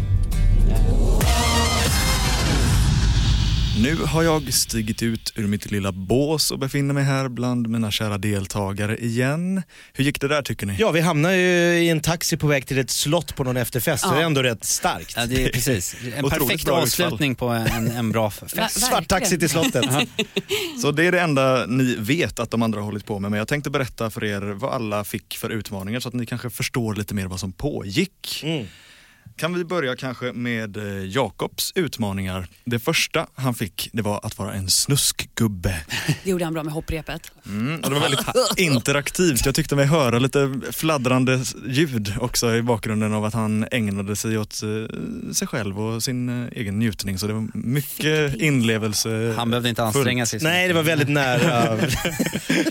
Speaker 4: Nu har jag stigit ut ur mitt lilla bås och befinner mig här bland mina kära deltagare igen. Hur gick det där tycker ni?
Speaker 6: Ja, vi hamnar ju i en taxi på väg till ett slott på någon efterfest. Det är ändå rätt starkt. (laughs)
Speaker 7: Ja, det är precis. En
Speaker 4: Otroligt
Speaker 7: perfekt
Speaker 4: bra
Speaker 7: avslutning på en, en bra fest.
Speaker 5: verkligen.
Speaker 6: Svart taxi till
Speaker 7: (laughs)
Speaker 6: slottet.
Speaker 4: Så det är det enda ni vet att de andra har hållit på med. Men jag tänkte berätta för er vad alla fick för utmaningar så att ni kanske förstår lite mer vad som pågick.
Speaker 6: Mm.
Speaker 4: Kan vi börja kanske med eh, Jakobs utmaningar. Det första han fick det var att vara en snuskgubbe.
Speaker 5: Det gjorde han bra med hopprepet.
Speaker 4: Mm, och det var väldigt interaktivt. Jag tyckte mig höra lite fladdrande ljud också i bakgrunden av att han ägnade sig åt eh, sig själv och sin eh, egen njutning. Så det var mycket inlevelse.
Speaker 7: Han behövde inte anstränga sig. så
Speaker 6: Nej, det
Speaker 7: mycket.
Speaker 6: var väldigt nära. (laughs)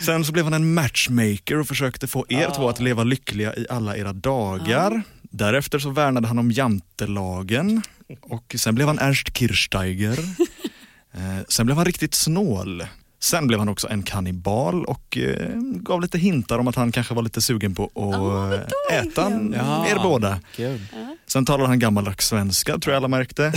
Speaker 4: Sen så blev han en matchmaker och försökte få er två att leva lyckliga i alla era dagar. Därefter så värnade han om jantelagen och sen blev han Ernst Kirchsteiger. Eh, sen blev han riktigt snål. Sen blev han också en kannibal och eh, gav lite hintar om att han kanske var lite sugen på att eh, äta
Speaker 7: Ja.
Speaker 4: er båda.
Speaker 7: Kul.
Speaker 4: Sen talade han gammaldags svenska, tror jag alla märkte.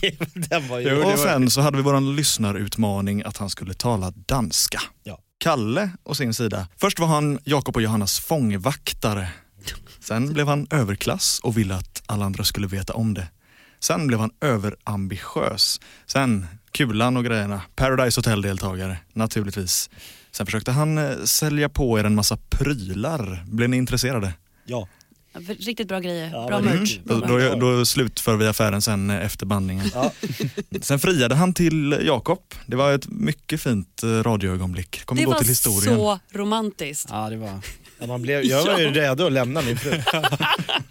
Speaker 6: det, den var ju...
Speaker 4: och sen så hade vi vår lyssnarutmaning att han skulle tala danska.
Speaker 6: Ja.
Speaker 4: Kalle å sin sida. Först var han Jakob och Johannas fångvaktare. Sen blev han överklass och ville att alla andra skulle veta om det. Sen blev han överambitiös. Sen Kulan och grejerna. Paradise Hotel-deltagare, naturligtvis. Sen försökte han eh, sälja på er en massa prylar. Blev ni intresserade?
Speaker 6: Ja.
Speaker 5: Riktigt bra grejer.
Speaker 6: Ja,
Speaker 5: bra
Speaker 6: men-
Speaker 5: merch.
Speaker 4: Mm. Då,
Speaker 5: Bra merch.
Speaker 4: då, då slutför vi affären sen eh, efter bandningen.
Speaker 6: Ja.
Speaker 4: (laughs) Sen friade han till Jakob. Det var ett mycket fint eh, radioögonblick. Kommer
Speaker 5: Det
Speaker 4: gå
Speaker 5: var
Speaker 4: till historien.
Speaker 5: så romantiskt.
Speaker 7: Ja, det var...
Speaker 6: Ja, man blev, jag var ju redo att lämna min fru.
Speaker 7: (laughs)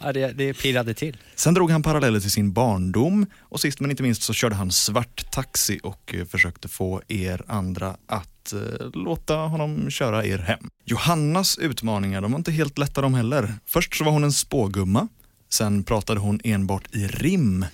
Speaker 7: Ja, det, det pirrade till.
Speaker 4: Sen drog han paralleller till sin barndom och sist men inte minst så körde han svart taxi och eh, försökte få er andra att eh, låta honom köra er hem. Johannas utmaningar, de var inte helt lätta de heller. Först så var hon en spågumma, sen pratade hon enbart i rim.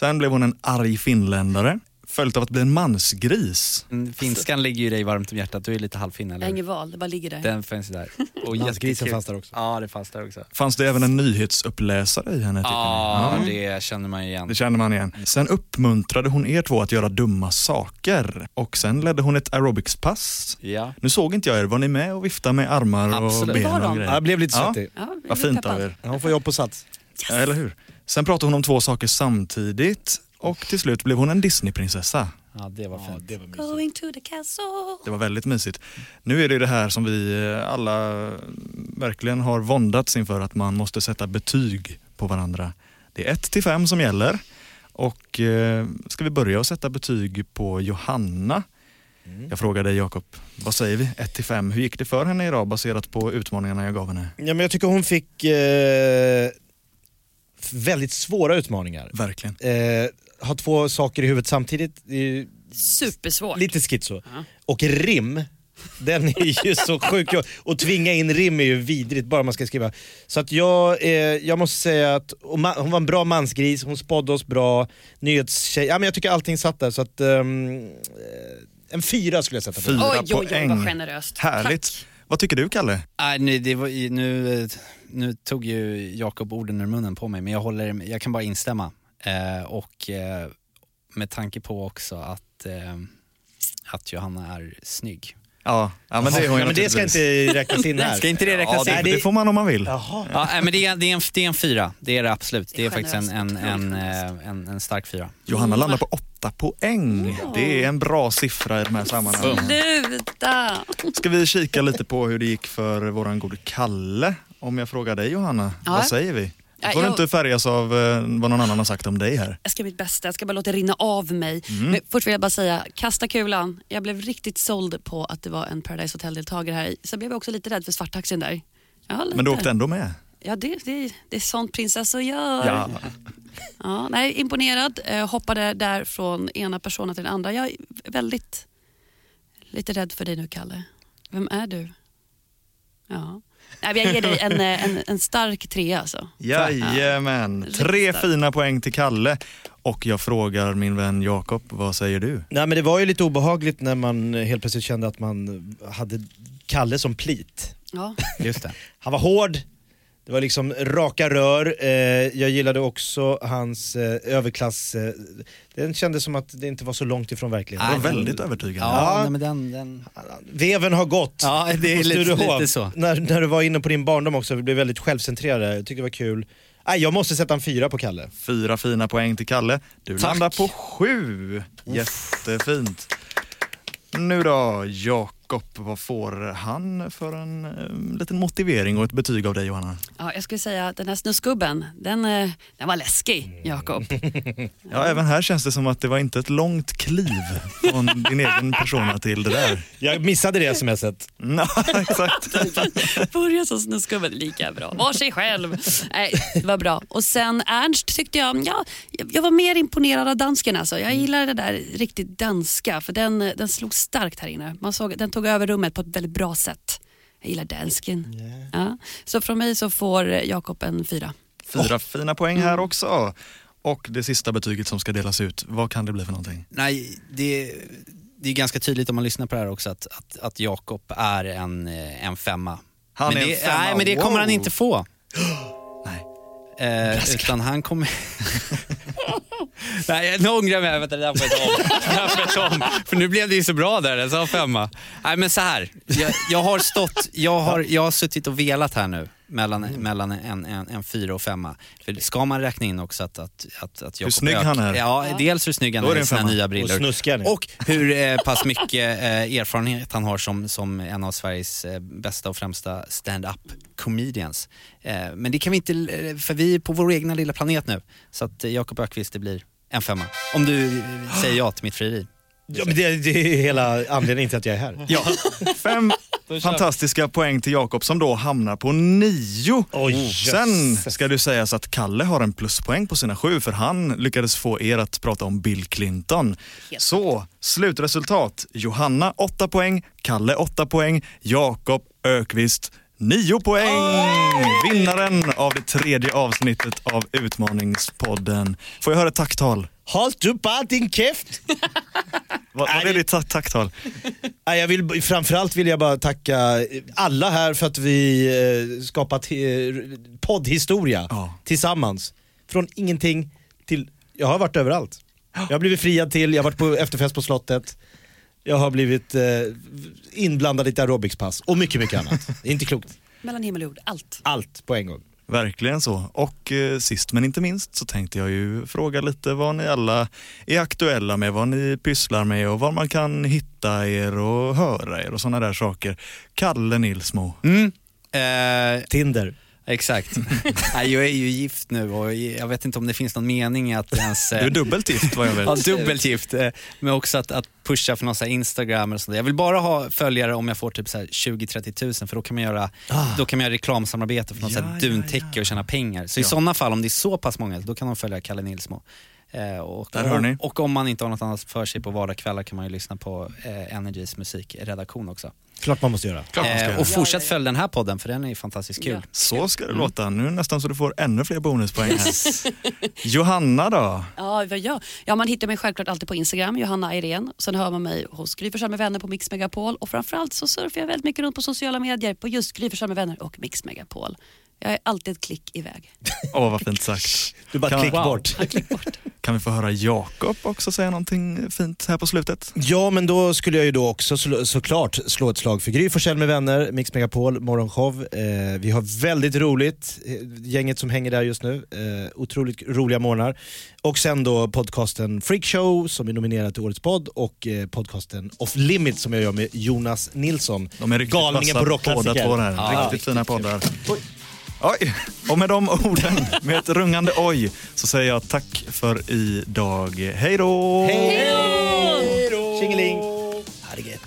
Speaker 4: Sen blev hon en arg finländare, följt av att bli en mansgris.
Speaker 7: Mm, Finskan ligger ju dig varmt om hjärtat, du är lite halvfinne
Speaker 5: Jag har
Speaker 7: eller
Speaker 5: inget val, det bara ligger där.
Speaker 7: Den finns ju där. Och
Speaker 6: Mansgrisen
Speaker 7: jättekul.
Speaker 6: fanns där också.
Speaker 7: Ja, det fanns där också.
Speaker 4: Fanns det även en nyhetsuppläsare i henne? tycker ni?
Speaker 7: Ja, det känner man ju igen.
Speaker 4: Det känner man igen. Sen uppmuntrade hon er två att göra dumma saker och sen ledde hon ett aerobicspass.
Speaker 7: Ja.
Speaker 4: Nu såg inte jag er, var ni med och viftade med armar och
Speaker 7: Absolut.
Speaker 5: Var
Speaker 4: ben och
Speaker 5: de?
Speaker 4: grejer?
Speaker 6: Ja, jag blev lite
Speaker 4: Ja.
Speaker 6: svettig.
Speaker 5: Ja, jag
Speaker 4: Vad
Speaker 5: blir
Speaker 4: fint
Speaker 5: peppad.
Speaker 4: av er.
Speaker 6: Hon får jobb på Sats.
Speaker 4: Ja, Eller hur? Sen pratade hon om två saker samtidigt och till slut blev hon en Disneyprinsessa.
Speaker 7: ja, det var fint.
Speaker 5: Going to the castle.
Speaker 4: Det var väldigt mysigt. Nu är det ju det här som vi eh, alla verkligen har våndats inför att man måste sätta betyg på varandra. Det är 1 till 5 som gäller. Och eh, ska vi börja att sätta betyg på Johanna? Jag frågar dig Jakob, vad säger vi? 1 till 5. Hur gick det för henne idag baserat på utmaningarna jag gav henne?
Speaker 6: Ja, men jag tycker hon fick eh, väldigt svåra utmaningar.
Speaker 4: Verkligen.
Speaker 6: Eh, ha två saker i huvudet samtidigt, det är ju
Speaker 5: Supersvårt.
Speaker 6: lite schizo. Och rim, den är ju så sjuk. Och tvinga in rim är ju vidrigt, bara man ska skriva. Så att jag, eh, jag måste säga att och ma- hon var en bra mansgris, hon spådde oss bra, nyhetstjej. Ja, men jag tycker allting satt där. Så att, ehm, eh, en fyra skulle jag sätta på
Speaker 4: Fyra
Speaker 5: Oj, oj, oj,
Speaker 4: poäng.
Speaker 5: vad generöst.
Speaker 4: Härligt. Vad tycker du Kalle?
Speaker 7: Nej, nu, det var, ju- nu, eh, nu tog ju Jakob orden ur munnen på mig, men jag, håller, jag kan bara instämma. Eh, och eh, med tanke på också att, eh, att Johanna är snygg.
Speaker 4: Ja, ja men det är hon ju
Speaker 6: men det ska
Speaker 4: naturligtvis.
Speaker 6: inte räknas in här.
Speaker 7: Ska inte det räknas
Speaker 4: ja,
Speaker 7: in?
Speaker 4: det, det får man om man vill.
Speaker 6: Jaha.
Speaker 7: Ja, nej, men det, är, det, är en, det är en fyra, det är det absolut. Det är faktiskt en, en, en,
Speaker 5: generöst.
Speaker 7: eh, en, en stark fyra.
Speaker 5: Mm.
Speaker 4: Johanna landar på 8 poäng. Det är en bra siffra i de här sammanhangen.
Speaker 5: Mm. Sluta!
Speaker 4: Ska vi kika lite på hur det gick för våran gode Kalle? Om jag frågar dig Johanna,
Speaker 5: Ja.
Speaker 4: vad säger vi?
Speaker 5: Ja,
Speaker 4: Då får du
Speaker 5: jag-
Speaker 4: inte färgas av eh, vad någon annan har sagt om dig här.
Speaker 5: Jag ska göra mitt bästa, jag ska bara låta det rinna av mig.
Speaker 4: Mm.
Speaker 5: Men först vill jag bara säga, kasta kulan. Jag blev riktigt såld på att det var en Paradise Hotel-deltagare här. Sen blev jag också lite rädd för svarttaxin där. Ja, lite.
Speaker 4: Men du åkte ändå med.
Speaker 5: Ja, det, det, det är sånt prinsessor gör.
Speaker 4: Ja.
Speaker 5: Ja, nej, imponerad. Eh, hoppade där från ena personen till den andra. Jag är väldigt lite rädd för dig nu, Kalle. Vem är du? Ja. Nej, men jag ger dig en, eh, en, en stark trea alltså.
Speaker 4: Jajamän. Tre fina poäng till Kalle. Och jag frågar min vän Jakob, vad säger du?
Speaker 6: Nej men det var ju lite obehagligt när man helt plötsligt kände att man hade Kalle som plit.
Speaker 5: Ja.
Speaker 7: Just det.
Speaker 6: Han var hård, det var liksom raka rör. Eh, jag gillade också hans eh, överklass... Eh, den kändes som att det inte var så långt ifrån verkligheten.
Speaker 4: Det var
Speaker 7: Nej, det-
Speaker 4: väldigt övertygande.
Speaker 7: Ja,
Speaker 6: Ja.
Speaker 7: Nej, men den, den...
Speaker 6: Veven har gått.
Speaker 7: ja det är
Speaker 6: Och
Speaker 7: lite,
Speaker 6: Sturehof.
Speaker 7: lite så.
Speaker 6: När, när du var inne på din barndom också, vi blev väldigt självcentrerade. Jag tyckte det var kul. Nej, jag måste sätta en fyra på Kalle.
Speaker 4: Fyra fina poäng till Kalle. Du landar på sju. Jättefint. Nu då, Jakob. Vad får han för en eh, liten motivering och ett betyg av dig, Johanna?
Speaker 5: Ja, jag skulle säga att den här snusgubben, den, eh, den var läskig, Jakob. (laughs)
Speaker 4: Ja, även här känns det som att det var inte ett långt kliv från din egen persona till det där.
Speaker 6: Jag missade det smset.
Speaker 4: Ja, exakt.
Speaker 5: Börja som snusgubben, lika bra. Var sig själv. Nej, det var bra. Och sen Ernst tyckte jag, ja, jag var mer imponerad av dansken alltså. Jag gillar det där riktigt danska, för den, eh, den slog starkt här inne. Man såg, den tog över rummet på ett väldigt bra sätt. Jag gillar dansken. Ja. Så från mig så får Jakob en fyra.
Speaker 4: Fyra fina poäng här också. Och det sista betyget som ska delas ut, vad kan det bli för någonting?
Speaker 7: Nej, det, det är ganska tydligt om man lyssnar på det här också att, att, att Jakob är en, eh, en femma.
Speaker 4: Han
Speaker 7: men
Speaker 4: är en
Speaker 7: det,
Speaker 4: femma,
Speaker 7: Nej, men det kommer
Speaker 4: wow.
Speaker 7: han
Speaker 4: (gasps)
Speaker 7: inte få.
Speaker 4: Nej.
Speaker 7: Eh, utan
Speaker 4: (laughs)
Speaker 7: han kommer... nej, nu ångrar jag mig. Vänta, det där får jag ta om. Det där får jag ta om. För nu blev det ju så bra där, jag sa femma. Nej, men så här. Jag, jag har stått, jag har, jag har suttit och velat här nu. Mellan, mellan en, en, en fyra och femma. För ska man räkna in också att, att, att, att Jakob
Speaker 4: snygg
Speaker 7: Öqvist-
Speaker 4: han är.
Speaker 7: Ja, dels hur snygg han
Speaker 4: Då är
Speaker 7: är
Speaker 4: det
Speaker 7: i
Speaker 4: en
Speaker 7: sina
Speaker 4: femma.
Speaker 7: nya brillor.
Speaker 6: Och snuskig han är.
Speaker 7: Och hur eh, pass mycket eh, erfarenhet han har som, som en av Sveriges eh, bästa och främsta stand-up comedians. Eh, men det kan vi inte, eh, för vi är på vår egna lilla planet nu. Så att eh, Jakob Ökvist det blir en femma. Om du eh, säger ja till mitt frieri.
Speaker 6: Ja, men det, det är hela anledningen till att jag är här.
Speaker 4: Ja, (laughs) fem fantastiska poäng till Jakob som då hamnar på nio.
Speaker 6: Oj,
Speaker 4: Mm.
Speaker 6: jösses.
Speaker 4: Sen ska du sägas att Kalle har en pluspoäng på sina sju för han lyckades få er att prata om Bill Clinton. Så slutresultat Johanna 8 poäng, Kalle 8 poäng, Jakob Ökvist 9 poäng. Vinnaren av det tredje avsnittet av Utmaningspodden. Får jag höra ett tacktal?
Speaker 6: Halt upp all din käft!
Speaker 4: Vad vad är ditt ta- tacktal?
Speaker 6: Nej, Jag vill, framförallt vill jag bara tacka alla här för att vi eh, skapat eh, poddhistoria
Speaker 4: Ja.
Speaker 6: tillsammans. Från ingenting till, jag har varit överallt. Jag har blivit friad till, jag har varit på efterfest på slottet. Jag har blivit eh, inblandad i ett aerobicspass och mycket, mycket annat. Det är inte klokt.
Speaker 5: Mellan himmel och jord, allt.
Speaker 6: Allt på en gång.
Speaker 4: Verkligen så. Och eh, sist men inte minst så tänkte jag ju fråga lite vad ni alla är aktuella med, vad ni pysslar med och var man kan hitta er och höra er och sådana där saker. Kalle Nilsmo,
Speaker 7: Mm. Eh,
Speaker 6: Tinder.
Speaker 7: Exakt. (laughs) Nej, jag är ju gift nu och jag vet inte om det finns någon mening i att ens... eh,
Speaker 8: Du är dubbelt gift, vad jag vet.
Speaker 7: Mm. Ja, dubbelt gift. Eh, Men också att, att pusha för någon så här Instagram eller sånt där. Jag vill bara ha följare om jag får typ 20-30 tusen för då kan man göra, då kan man göra reklamsamarbete för något ja, duntäcke och tjäna pengar. Så i
Speaker 8: Ja.
Speaker 7: sådana fall, om det är så pass många, då kan de följa Kalle Nilsmo. Eh, och,
Speaker 8: Där hör ni.
Speaker 7: och om man inte har något annat för sig på vardagskvällar kan man ju lyssna på eh, Energys musikredaktion också.
Speaker 6: Klart man måste göra.
Speaker 8: Klart man ska
Speaker 7: Eh,
Speaker 8: göra.
Speaker 7: och fortsätt följa den här podden för den är ju fantastiskt kul.
Speaker 4: Så ska det låta. Nu är det nästan så du får ännu fler bonuspoäng här. Johanna då?
Speaker 5: Ja, vad jag? ja, man hittar mig självklart alltid på Instagram, Johanna Irene. Sen hör man mig hos Gry Forssell med vänner på Mix Megapol och framförallt så surfar jag väldigt mycket runt på sociala medier på just Gry Forssell med vänner och Mix Megapol. Jag är alltid ett klick iväg.
Speaker 4: Åh, vad fint sagt.
Speaker 6: Du bara klick bort.
Speaker 4: Kan vi få höra Jakob också säga någonting fint här på slutet?
Speaker 6: Ja, men då skulle jag ju då också slå, såklart slå ett slag för Gry Forssell med vänner, Mix Megapol, morgonshow. Eh, vi har väldigt roligt, eh, gänget som hänger där just nu. Eh, otroligt roliga morgnar. Och sen då podcasten Freakshow som är nominerad till Årets podd och eh, podcasten Off Limit som jag gör med Jonas Nilsson.
Speaker 4: De är riktigt
Speaker 6: Galningen på
Speaker 4: vassa båda
Speaker 6: rockklassiker.
Speaker 4: två där.
Speaker 6: Ja.
Speaker 4: riktigt fina poddar. Oj. Och med de orden, med ett rungande oj, så säger jag tack för idag. Hej då!
Speaker 6: Tjingeling! Ha det gött.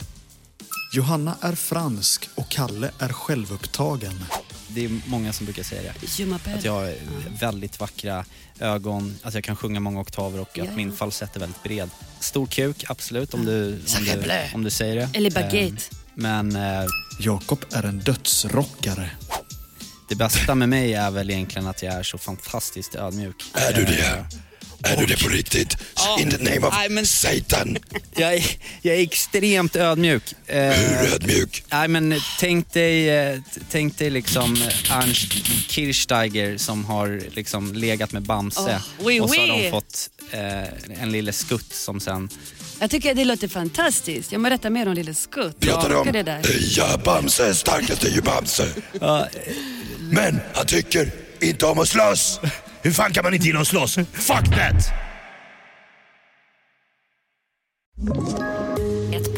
Speaker 4: Johanna är fransk och Kalle är självupptagen.
Speaker 7: Det är många som brukar säga
Speaker 5: Je
Speaker 7: det.
Speaker 5: m'appelle.
Speaker 7: Att jag har väldigt vackra ögon, att jag kan sjunga många oktaver och
Speaker 5: Ja.
Speaker 7: att min falsett är väldigt bred. Stor kuk, absolut, om du, om du,
Speaker 5: Sacrebleu.
Speaker 7: om du säger det.
Speaker 5: Eller baguette.
Speaker 7: Eh, Men eh,
Speaker 4: Jakob är en dödsrockare.
Speaker 7: det bästa med mig är väl egentligen att jag är så fantastiskt ödmjuk. Är du det?
Speaker 9: Är du det på riktigt? In the name of
Speaker 7: Nej, men-
Speaker 9: Satan!
Speaker 7: Jag är, jag är extremt ödmjuk. Eh, Hur ödmjuk? Nej, men tänk dig, eh, t- tänk dig liksom eh, Ernst Kirchsteiger som har liksom legat med Bamse
Speaker 5: Åh, Oh, oui,
Speaker 7: och så har
Speaker 5: oui.
Speaker 7: de fått eh, en lille skutt som sen...
Speaker 5: Jag tycker det låter fantastiskt. Jag må rätta med om lille Skutt.
Speaker 9: Pratar
Speaker 5: Jag
Speaker 9: om
Speaker 5: älskar det där.
Speaker 9: Ja, Bamse är starkast är ju Bamse. Men han tycker inte om att slåss. Hur fan kan man inte gilla att slåss? Fuck that!
Speaker 10: Ett